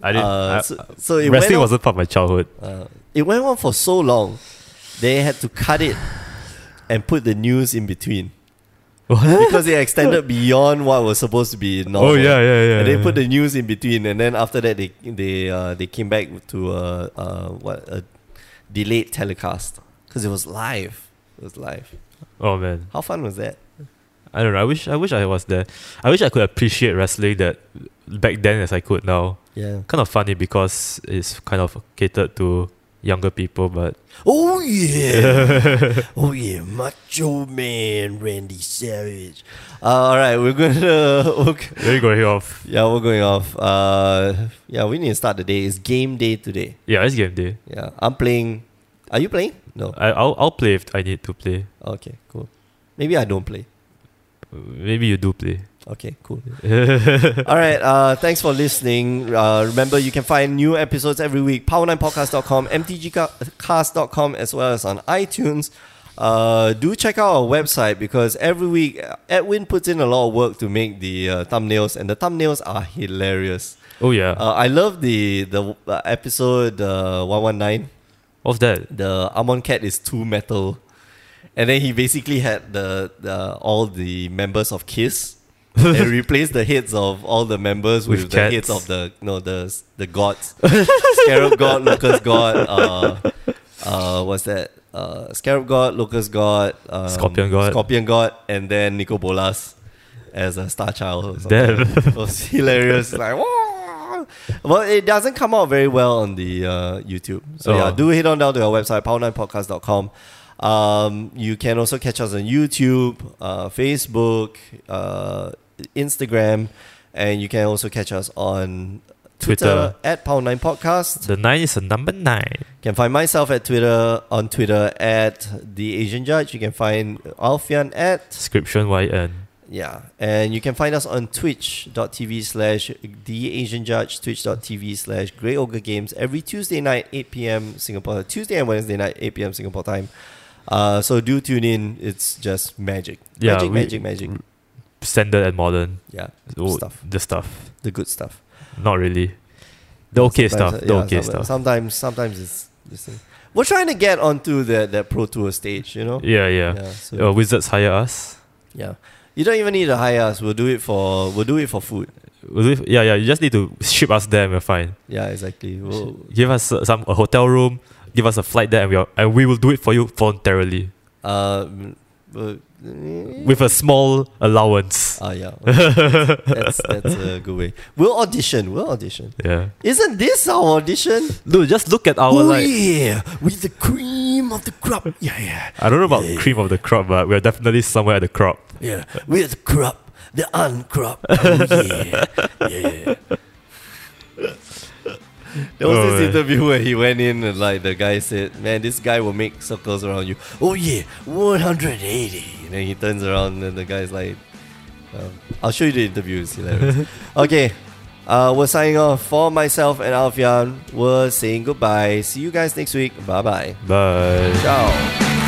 Speaker 2: I didn't.
Speaker 1: Uh,
Speaker 2: I-
Speaker 1: so, so it went
Speaker 2: wrestling
Speaker 1: on,
Speaker 2: wasn't part of my childhood. [laughs]
Speaker 1: uh, it went on for so long. They had to cut it and put the news in between
Speaker 2: What?
Speaker 1: because it extended beyond what was supposed to be normal.
Speaker 2: oh yeah, yeah, yeah.
Speaker 1: And they
Speaker 2: yeah.
Speaker 1: put the news in between, and then after that, they they uh, they came back to uh, uh, what a delayed telecast because it was live. It was live.
Speaker 2: Oh man,
Speaker 1: How fun was that?
Speaker 2: I don't know. I wish I wish I was there. I wish I could appreciate wrestling that back then as I could now.
Speaker 1: Yeah.
Speaker 2: Kind of funny because it's kind of catered to younger people, but [laughs]
Speaker 1: Oh yeah. oh yeah. Macho Man Randy Savage. Uh, all right, we're gonna. [laughs] Okay.
Speaker 2: there you go here off.
Speaker 1: Yeah, we're going off. Uh, yeah, we need to start the day. It's game day today.
Speaker 2: Yeah, it's game day.
Speaker 1: Yeah, I'm playing. Are you playing? No.
Speaker 2: I, I'll I'll play if I need to play.
Speaker 1: Okay, cool. Maybe I don't play.
Speaker 2: Maybe you do play.
Speaker 1: Okay, cool. [laughs] All right. Uh, thanks for listening. Uh, remember, you can find new episodes every week. Power9podcast.com, mtgcast.com, as well as on iTunes. Uh, do check out our website because every week uh, Edwin puts in a lot of work to make the uh, thumbnails, and the thumbnails are hilarious.
Speaker 2: Oh yeah.
Speaker 1: Uh, I love the the uh, episode uh, 119.
Speaker 2: of that.
Speaker 1: The Amon Cat is too metal. And then he basically had the, the all the members of Kiss
Speaker 2: [laughs]
Speaker 1: and replaced the heads of all the members with,
Speaker 2: With
Speaker 1: the heads
Speaker 2: cats.
Speaker 1: of the no the the gods. Scarab God, Locust God, uh, uh what's that? Uh Scarab God, Locust God, um,
Speaker 2: Scorpion God.
Speaker 1: Scorpion God, and then Nico Bolas as a star child. or something. [laughs]
Speaker 2: Damn.
Speaker 1: It was hilarious. Like, "Wah!" well, it doesn't come out very well on the uh, YouTube. So yeah,
Speaker 2: Oh.
Speaker 1: do head on down to our website, power9podcast.com. Um, you can also catch us on YouTube, uh, Facebook, uh, Instagram, and you can also catch us on Twitter,
Speaker 2: Twitter.
Speaker 1: at Power9Podcast.
Speaker 2: The nine is a number nine.
Speaker 1: You can find myself at Twitter, on Twitter at The Asian Judge. You can find Alfian at
Speaker 2: Description YN.
Speaker 1: yeah, and you can find us on twitch.tv slash the Asian Judge, twitch.tv slash Grey Ogre Games every Tuesday night, 8 p.m. Singapore, Tuesday and Wednesday night, 8 p.m. Singapore time. Uh, so do tune in. It's just magic.
Speaker 2: Yeah,
Speaker 1: magic,
Speaker 2: we-
Speaker 1: magic, magic.
Speaker 2: Standard and modern.
Speaker 1: Yeah,
Speaker 2: Oh,
Speaker 1: Stuff.
Speaker 2: The stuff.
Speaker 1: the good stuff.
Speaker 2: Not really. The okay
Speaker 1: Sometimes-
Speaker 2: stuff. The
Speaker 1: yeah,
Speaker 2: okay
Speaker 1: sometimes,
Speaker 2: stuff.
Speaker 1: Sometimes, sometimes it's this thing. We're trying to get onto that, that Pro Tour stage, you know?
Speaker 2: Yeah, yeah.
Speaker 1: so-
Speaker 2: Uh, wizards hire us.
Speaker 1: yeah. You don't even need to hire us. We'll do it for, we'll do it for food.
Speaker 2: Will we- Yeah, yeah. You just need to ship us there and we're fine.
Speaker 1: Yeah, exactly. We'll,
Speaker 2: Give us uh, some a hotel room. Give us a flight there and we are, and we will do it for you voluntarily
Speaker 1: uh, uh, with
Speaker 2: with a small allowance.
Speaker 1: ah yeah, Okay. that's that's a good way. We'll audition. We'll audition.
Speaker 2: Yeah.
Speaker 1: Isn't this our audition? Oh,
Speaker 2: Dude, just look at our like.
Speaker 1: yeah, with the cream of the crop. Yeah, yeah,
Speaker 2: I don't know about
Speaker 1: Yeah.
Speaker 2: cream of the crop, but we're definitely somewhere at the crop.
Speaker 1: yeah. With the crop, the uncrop. [laughs] Oh, yeah, yeah. There was
Speaker 2: Oh,
Speaker 1: this
Speaker 2: man.
Speaker 1: interview where he went in and like the guy said, "Man, this guy will make circles around you." Oh yeah, one hundred eighty. And then he turns around and the guy's like, um, "I'll show you the interview. It's [laughs] hilarious." okay, uh, we're signing off for myself and Alfian. We're saying goodbye. See you guys next week. Bye bye.
Speaker 2: Bye.
Speaker 1: Ciao.